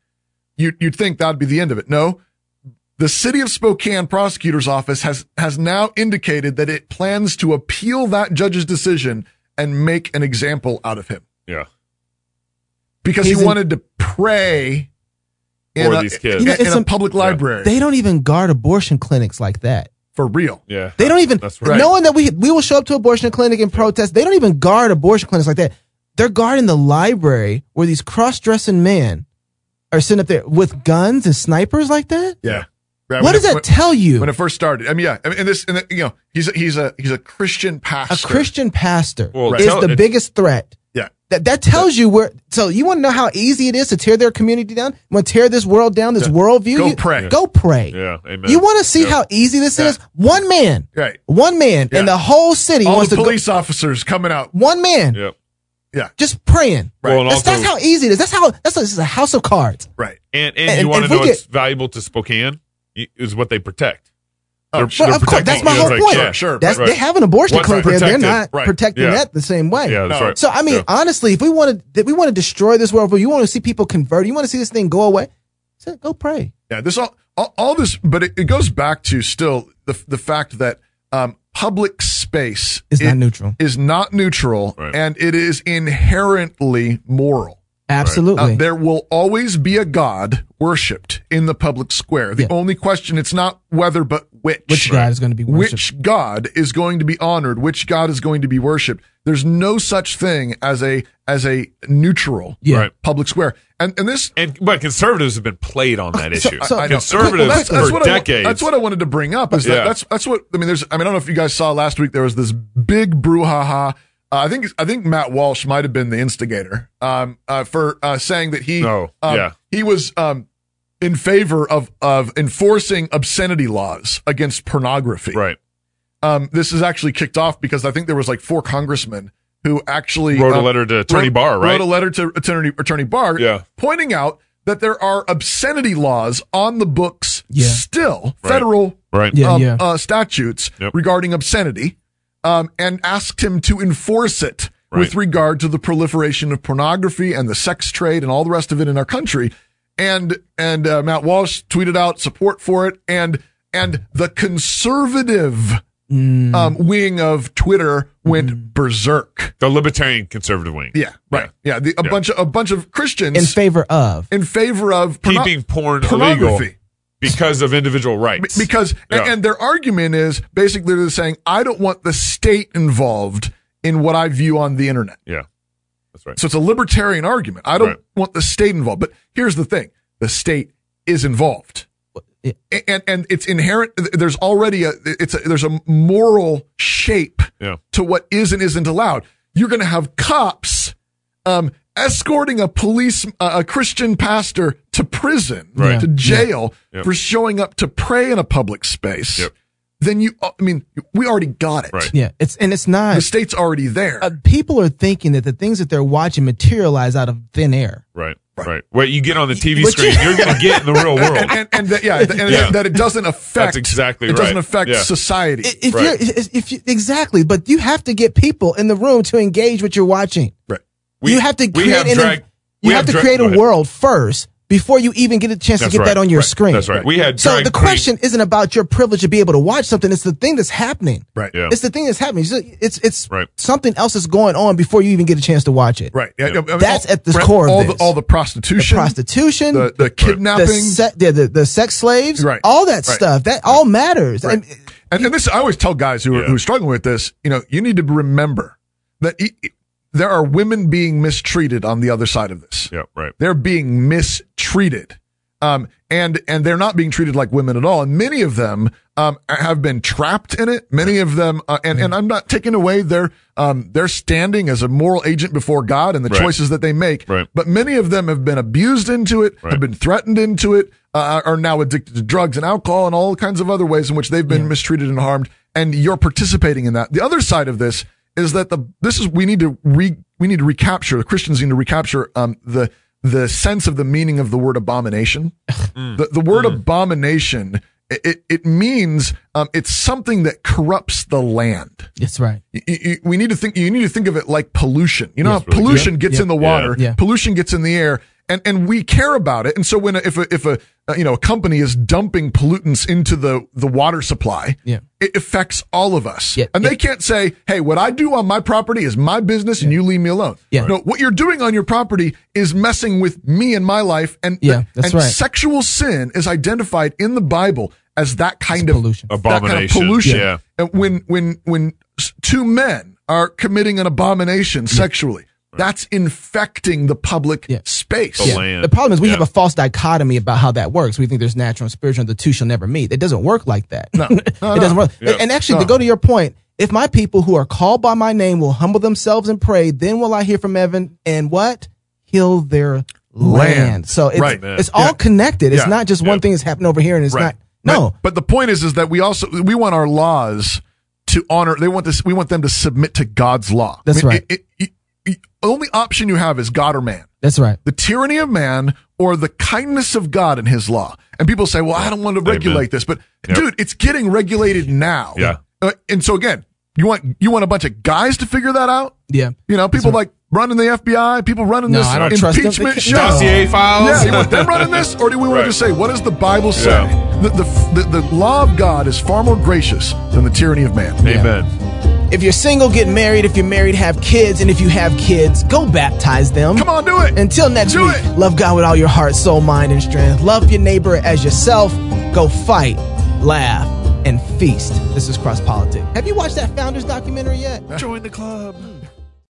[SPEAKER 3] You, you'd think that'd be the end of it. No. The city of Spokane prosecutor's office has, has now indicated that it plans to appeal that judge's decision and make an example out of him
[SPEAKER 1] yeah.
[SPEAKER 3] because
[SPEAKER 2] He's
[SPEAKER 3] he
[SPEAKER 2] in-
[SPEAKER 3] wanted to pray
[SPEAKER 1] For these kids.
[SPEAKER 3] in,
[SPEAKER 2] You know,
[SPEAKER 3] in
[SPEAKER 2] it's
[SPEAKER 3] a
[SPEAKER 2] a-
[SPEAKER 3] public library
[SPEAKER 2] They don't even guard abortion clinics like that.
[SPEAKER 3] for real.
[SPEAKER 1] Yeah.
[SPEAKER 2] They don't even
[SPEAKER 1] That's right.
[SPEAKER 2] knowing that we we will show up to abortion clinic and protest. They don't even guard abortion clinics like that. They're guarding the library where these cross dressing men are sitting up there with guns and snipers like that.
[SPEAKER 3] Yeah. Right,
[SPEAKER 2] what
[SPEAKER 3] when
[SPEAKER 2] does
[SPEAKER 3] it-
[SPEAKER 2] that
[SPEAKER 3] when-
[SPEAKER 2] tell you?
[SPEAKER 3] When it
[SPEAKER 2] A
[SPEAKER 3] first started, I mean, yeah, I mean, and this, and the, you know, he's a, he's a he's a Christian pastor.
[SPEAKER 2] Christian pastor
[SPEAKER 1] Well,
[SPEAKER 2] is
[SPEAKER 1] tell-
[SPEAKER 2] the
[SPEAKER 1] it-
[SPEAKER 2] biggest threat.
[SPEAKER 3] Yeah.
[SPEAKER 2] That that tells you where. So you want to know how easy it is to tear their community down? Want to tear this world down? This worldview?
[SPEAKER 3] Go
[SPEAKER 2] You-
[SPEAKER 3] pray.
[SPEAKER 2] Go pray.
[SPEAKER 1] Yeah. Amen.
[SPEAKER 2] You want to see
[SPEAKER 1] Yeah.
[SPEAKER 2] how easy this
[SPEAKER 3] Yeah.
[SPEAKER 2] is? One man.
[SPEAKER 3] Right.
[SPEAKER 2] One man,
[SPEAKER 3] Yeah.
[SPEAKER 2] and the whole city
[SPEAKER 3] All
[SPEAKER 2] wants
[SPEAKER 3] the
[SPEAKER 2] to go.
[SPEAKER 3] police officers coming out.
[SPEAKER 2] One man.
[SPEAKER 1] Yep.
[SPEAKER 2] just praying.
[SPEAKER 1] Well, and
[SPEAKER 2] that's,
[SPEAKER 1] also-
[SPEAKER 2] that's how easy it is. That's how that's a, this is a house of cards.
[SPEAKER 3] Right.
[SPEAKER 1] And and, you
[SPEAKER 2] And- and
[SPEAKER 1] want to
[SPEAKER 2] if we
[SPEAKER 1] know what's
[SPEAKER 2] get-
[SPEAKER 1] valuable to Spokane Y- is what they protect.
[SPEAKER 3] Oh,
[SPEAKER 1] They're-
[SPEAKER 3] sure,
[SPEAKER 1] they're
[SPEAKER 2] But of course,
[SPEAKER 1] protecting-
[SPEAKER 2] that's my
[SPEAKER 1] you know,
[SPEAKER 2] whole
[SPEAKER 1] it's like,
[SPEAKER 2] point.
[SPEAKER 1] Yeah,
[SPEAKER 3] sure.
[SPEAKER 2] That's
[SPEAKER 1] right.
[SPEAKER 2] they have an abortion
[SPEAKER 1] What's
[SPEAKER 2] clinic
[SPEAKER 1] right,
[SPEAKER 2] there. They're
[SPEAKER 1] protected,
[SPEAKER 2] not
[SPEAKER 1] right,
[SPEAKER 2] protecting
[SPEAKER 1] yeah.
[SPEAKER 2] that the same way.
[SPEAKER 1] Yeah, that's
[SPEAKER 3] No.
[SPEAKER 1] right.
[SPEAKER 2] So I mean,
[SPEAKER 1] Yeah.
[SPEAKER 2] honestly, if we want to, we want to destroy this world, but you want to see people convert, you want to see this thing go away, so go pray.
[SPEAKER 3] Yeah. This all all, all this, but it, it goes back to still the the fact that um, public space
[SPEAKER 2] It's
[SPEAKER 3] i-
[SPEAKER 2] not neutral.
[SPEAKER 3] is not neutral
[SPEAKER 1] Right.
[SPEAKER 3] and it is inherently moral. Uh,
[SPEAKER 2] Absolutely.
[SPEAKER 3] there will always be a god worshipped in the public square. The
[SPEAKER 2] Yeah.
[SPEAKER 3] only question it's not whether but which.
[SPEAKER 2] Which god is going to be worshipped?
[SPEAKER 3] Which god is going to be honored? Which god is going to be worshipped? There's no such thing as a as a neutral
[SPEAKER 2] Yeah.
[SPEAKER 1] Right.
[SPEAKER 3] public square. And and this
[SPEAKER 1] And but conservatives have been played on that
[SPEAKER 2] so-
[SPEAKER 1] issue.
[SPEAKER 2] so- I know.
[SPEAKER 1] conservatives
[SPEAKER 3] Well, that's- that's
[SPEAKER 1] for
[SPEAKER 3] what I wa-
[SPEAKER 1] decades.
[SPEAKER 3] that's what I wanted to bring up. Is that
[SPEAKER 1] Yeah.
[SPEAKER 3] that's that's what I mean. There's I mean I don't know if you guys saw last week there was this big brouhaha. Uh, I think I think Matt Walsh might have been the instigator um, uh, for uh, saying that he
[SPEAKER 1] Oh,
[SPEAKER 3] um,
[SPEAKER 1] yeah.
[SPEAKER 3] he was um, in favor of of enforcing obscenity laws against pornography.
[SPEAKER 1] right.
[SPEAKER 3] Um, this is actually kicked off because I think there was like four congressmen who actually
[SPEAKER 1] Wrote a
[SPEAKER 3] um,
[SPEAKER 1] letter to Attorney
[SPEAKER 3] wrote-
[SPEAKER 1] Barr, right?
[SPEAKER 3] Wrote a letter to Attorney Attorney Barr,
[SPEAKER 1] Yeah.
[SPEAKER 3] pointing out that there are obscenity laws on the books
[SPEAKER 2] Yeah.
[SPEAKER 3] still,
[SPEAKER 1] Right.
[SPEAKER 3] federal
[SPEAKER 1] Right.
[SPEAKER 2] Yeah,
[SPEAKER 3] um,
[SPEAKER 2] yeah.
[SPEAKER 3] Uh, statutes
[SPEAKER 1] Yep.
[SPEAKER 3] regarding obscenity, um, and asked him to enforce it with
[SPEAKER 1] Right.
[SPEAKER 3] regard to the proliferation of pornography and the sex trade and all the rest of it in our country. And and uh, Matt Walsh tweeted out support for it, and and the conservative
[SPEAKER 2] Mm.
[SPEAKER 3] um, wing of Twitter went
[SPEAKER 2] Mm-hmm.
[SPEAKER 3] berserk.
[SPEAKER 1] The libertarian conservative wing.
[SPEAKER 3] Yeah, right. Yeah, the, a
[SPEAKER 1] Yeah.
[SPEAKER 3] bunch of a bunch of Christians
[SPEAKER 2] in favor of.
[SPEAKER 3] in favor of porno-
[SPEAKER 1] Keeping porn illegal
[SPEAKER 3] pornography.
[SPEAKER 1] because of individual
[SPEAKER 3] Be-
[SPEAKER 1] rights.
[SPEAKER 3] because and,
[SPEAKER 1] Yeah.
[SPEAKER 3] and their argument is basically they're saying I don't want the state involved in what I view on the internet.
[SPEAKER 1] yeah, that's right.
[SPEAKER 3] So it's a libertarian argument. I don't
[SPEAKER 1] Right.
[SPEAKER 3] want the state involved. But here's the thing: the state is involved,
[SPEAKER 2] it-
[SPEAKER 3] A- and and it's inherent. th- There's already a it's a, there's a moral shape
[SPEAKER 1] Yeah.
[SPEAKER 3] to what is and isn't allowed. You're going to have cops um, escorting a police uh, a Christian pastor to prison
[SPEAKER 2] Right.
[SPEAKER 3] to jail
[SPEAKER 1] Yeah.
[SPEAKER 3] for showing up to pray in a public space.
[SPEAKER 1] Yep.
[SPEAKER 3] Then you, uh, I mean, we already got it.
[SPEAKER 1] Right.
[SPEAKER 2] Yeah, it's and it's not.
[SPEAKER 3] The state's already there.
[SPEAKER 2] uh, people are thinking that the things that they're watching materialize out of thin air.
[SPEAKER 1] Right. Right. What you get on the TV
[SPEAKER 2] But
[SPEAKER 1] screen, you're going to get in the real world.
[SPEAKER 3] and, and, and that, yeah, and
[SPEAKER 1] Yeah.
[SPEAKER 3] that it doesn't affect.
[SPEAKER 1] That's exactly
[SPEAKER 3] It doesn't
[SPEAKER 1] right.
[SPEAKER 3] affect
[SPEAKER 1] Yeah.
[SPEAKER 3] society.
[SPEAKER 2] I- If
[SPEAKER 1] Right.
[SPEAKER 2] you're, if- if you, exactly, but you have to get people in the room to engage what you're watching.
[SPEAKER 3] right.
[SPEAKER 1] We-
[SPEAKER 2] you have to
[SPEAKER 1] we
[SPEAKER 2] create
[SPEAKER 1] have
[SPEAKER 2] an-
[SPEAKER 1] drag-
[SPEAKER 2] you
[SPEAKER 1] we
[SPEAKER 2] have,
[SPEAKER 1] have
[SPEAKER 2] to
[SPEAKER 1] drag-
[SPEAKER 2] create
[SPEAKER 1] go
[SPEAKER 2] a
[SPEAKER 1] ahead.
[SPEAKER 2] world first before you even get a chance
[SPEAKER 1] That's
[SPEAKER 2] to get
[SPEAKER 1] right.
[SPEAKER 2] that on your
[SPEAKER 1] Right.
[SPEAKER 2] screen.
[SPEAKER 1] That's right. We had
[SPEAKER 2] So
[SPEAKER 1] drag
[SPEAKER 2] the
[SPEAKER 1] queen-
[SPEAKER 2] question isn't about your privilege to be able to watch something. It's the thing that's happening.
[SPEAKER 3] Right.
[SPEAKER 1] Yeah.
[SPEAKER 2] It's the thing that's happening. It's it's, it's
[SPEAKER 1] Right.
[SPEAKER 2] something else that's going on before you even get a chance to watch it.
[SPEAKER 3] Right. Yeah, I mean,
[SPEAKER 2] That's
[SPEAKER 3] all-
[SPEAKER 2] at the
[SPEAKER 3] right,
[SPEAKER 2] core of
[SPEAKER 3] all
[SPEAKER 2] this.
[SPEAKER 3] the all the prostitution,
[SPEAKER 2] Prostitution,
[SPEAKER 3] the, the kidnapping,
[SPEAKER 2] the, se- the, the, the sex slaves,
[SPEAKER 3] Right.
[SPEAKER 2] all that
[SPEAKER 3] Right.
[SPEAKER 2] stuff, that all matters.
[SPEAKER 3] Right.
[SPEAKER 2] And-
[SPEAKER 3] and, and this I always tell guys who are,
[SPEAKER 1] Yeah.
[SPEAKER 3] who are struggling with this. You know, you need to remember that e- e- there are women being mistreated on the other side of this.
[SPEAKER 1] yeah. Right.
[SPEAKER 3] They're being mistreated. Um, and, and they're not being treated like women at all. And many of them, um, have been trapped in it. Many of them, uh, and, and I'm not taking away their, um, their standing as a moral agent before God and the
[SPEAKER 1] Right.
[SPEAKER 3] choices that they make.
[SPEAKER 1] Right.
[SPEAKER 3] But many of them have been abused into it, have
[SPEAKER 1] Right.
[SPEAKER 3] been threatened into it, uh, are now addicted to drugs and alcohol and all kinds of other ways in which they've been mistreated and harmed. And you're participating in that. The other side of this is that the this is we need to re we need to recapture the Christians need to recapture um the the sense of the meaning of the word abomination. the the word abomination it it, it means um, it's something that corrupts the land.
[SPEAKER 2] That's right.
[SPEAKER 3] Y- y- y- we need to think you need to think of it like pollution you know
[SPEAKER 1] Yes,
[SPEAKER 3] how
[SPEAKER 1] really.
[SPEAKER 3] pollution
[SPEAKER 1] Yeah.
[SPEAKER 3] gets
[SPEAKER 2] Yeah.
[SPEAKER 3] in the water
[SPEAKER 2] Yeah. Yeah.
[SPEAKER 3] pollution gets in the air and and we care about it and so when a, if a if a uh, you know a company is dumping pollutants into the the water supply
[SPEAKER 2] Yeah.
[SPEAKER 3] it affects all of us
[SPEAKER 2] Yeah.
[SPEAKER 3] and
[SPEAKER 2] Yeah.
[SPEAKER 3] they can't say hey what i do on my property is my business and you leave me alone
[SPEAKER 2] Yeah.
[SPEAKER 3] no what you're doing on your property is messing with me and my life and
[SPEAKER 2] Yeah, that's
[SPEAKER 3] and
[SPEAKER 2] right.
[SPEAKER 3] sexual sin is identified in the bible as that kind of
[SPEAKER 2] pollution.
[SPEAKER 3] that kind of
[SPEAKER 1] Abomination.
[SPEAKER 3] pollution.
[SPEAKER 1] Yeah.
[SPEAKER 3] And when when when s- two men are committing an abomination sexually, that's infecting the public
[SPEAKER 2] Yeah.
[SPEAKER 3] space.
[SPEAKER 1] The
[SPEAKER 2] Yeah.
[SPEAKER 1] land.
[SPEAKER 2] The problem is we
[SPEAKER 1] Yeah.
[SPEAKER 2] have a false dichotomy about how that works. We think there's natural and spiritual, and the two shall never meet. It doesn't work like that. it doesn't work.
[SPEAKER 1] Yeah.
[SPEAKER 2] And actually, to go to your point, if my people who are called by my name will humble themselves and pray, then will I hear from heaven and what heal their land. So it's
[SPEAKER 3] Right.
[SPEAKER 2] it's all
[SPEAKER 3] Yeah.
[SPEAKER 2] connected. It's
[SPEAKER 3] Yeah.
[SPEAKER 2] not just one thing that's happening over here and it's
[SPEAKER 3] Right.
[SPEAKER 2] not. No,
[SPEAKER 3] But, but the point is, is that we also we want our laws to honor. They want this. We want them to submit to God's law.
[SPEAKER 2] That's right.
[SPEAKER 3] It, it, it, only option you have is God or man.
[SPEAKER 2] that's right.
[SPEAKER 3] the tyranny of man or the kindness of God in his law. And people say, well, I don't want to regulate this, but
[SPEAKER 1] Yep.
[SPEAKER 3] dude, it's getting regulated now.
[SPEAKER 1] Yeah.
[SPEAKER 3] Uh, and so again, you want, you want a bunch of guys to figure that out?
[SPEAKER 2] Yeah.
[SPEAKER 3] You know, people like running the FBI, people running
[SPEAKER 2] No,
[SPEAKER 3] this
[SPEAKER 2] I don't trust them. They
[SPEAKER 3] impeachment
[SPEAKER 2] can't-
[SPEAKER 3] show.
[SPEAKER 1] Dossier
[SPEAKER 3] Yeah,
[SPEAKER 1] files.
[SPEAKER 3] you want them running this, or do we want
[SPEAKER 1] Right.
[SPEAKER 3] to say, what does the Bible say? The, the, the, the law of God is far more gracious than the tyranny of man.
[SPEAKER 1] Amen.
[SPEAKER 2] If you're single, get married. If you're married, have kids. And if you have kids, go baptize them.
[SPEAKER 3] Come on, do it.
[SPEAKER 2] Until next
[SPEAKER 3] Do
[SPEAKER 2] week,
[SPEAKER 3] it.
[SPEAKER 2] love God with all your heart, soul, mind, and strength. Love your neighbor as yourself. Go fight, laugh, and feast. This is Cross Politic. Have you watched that Founders documentary yet?
[SPEAKER 3] Join the club.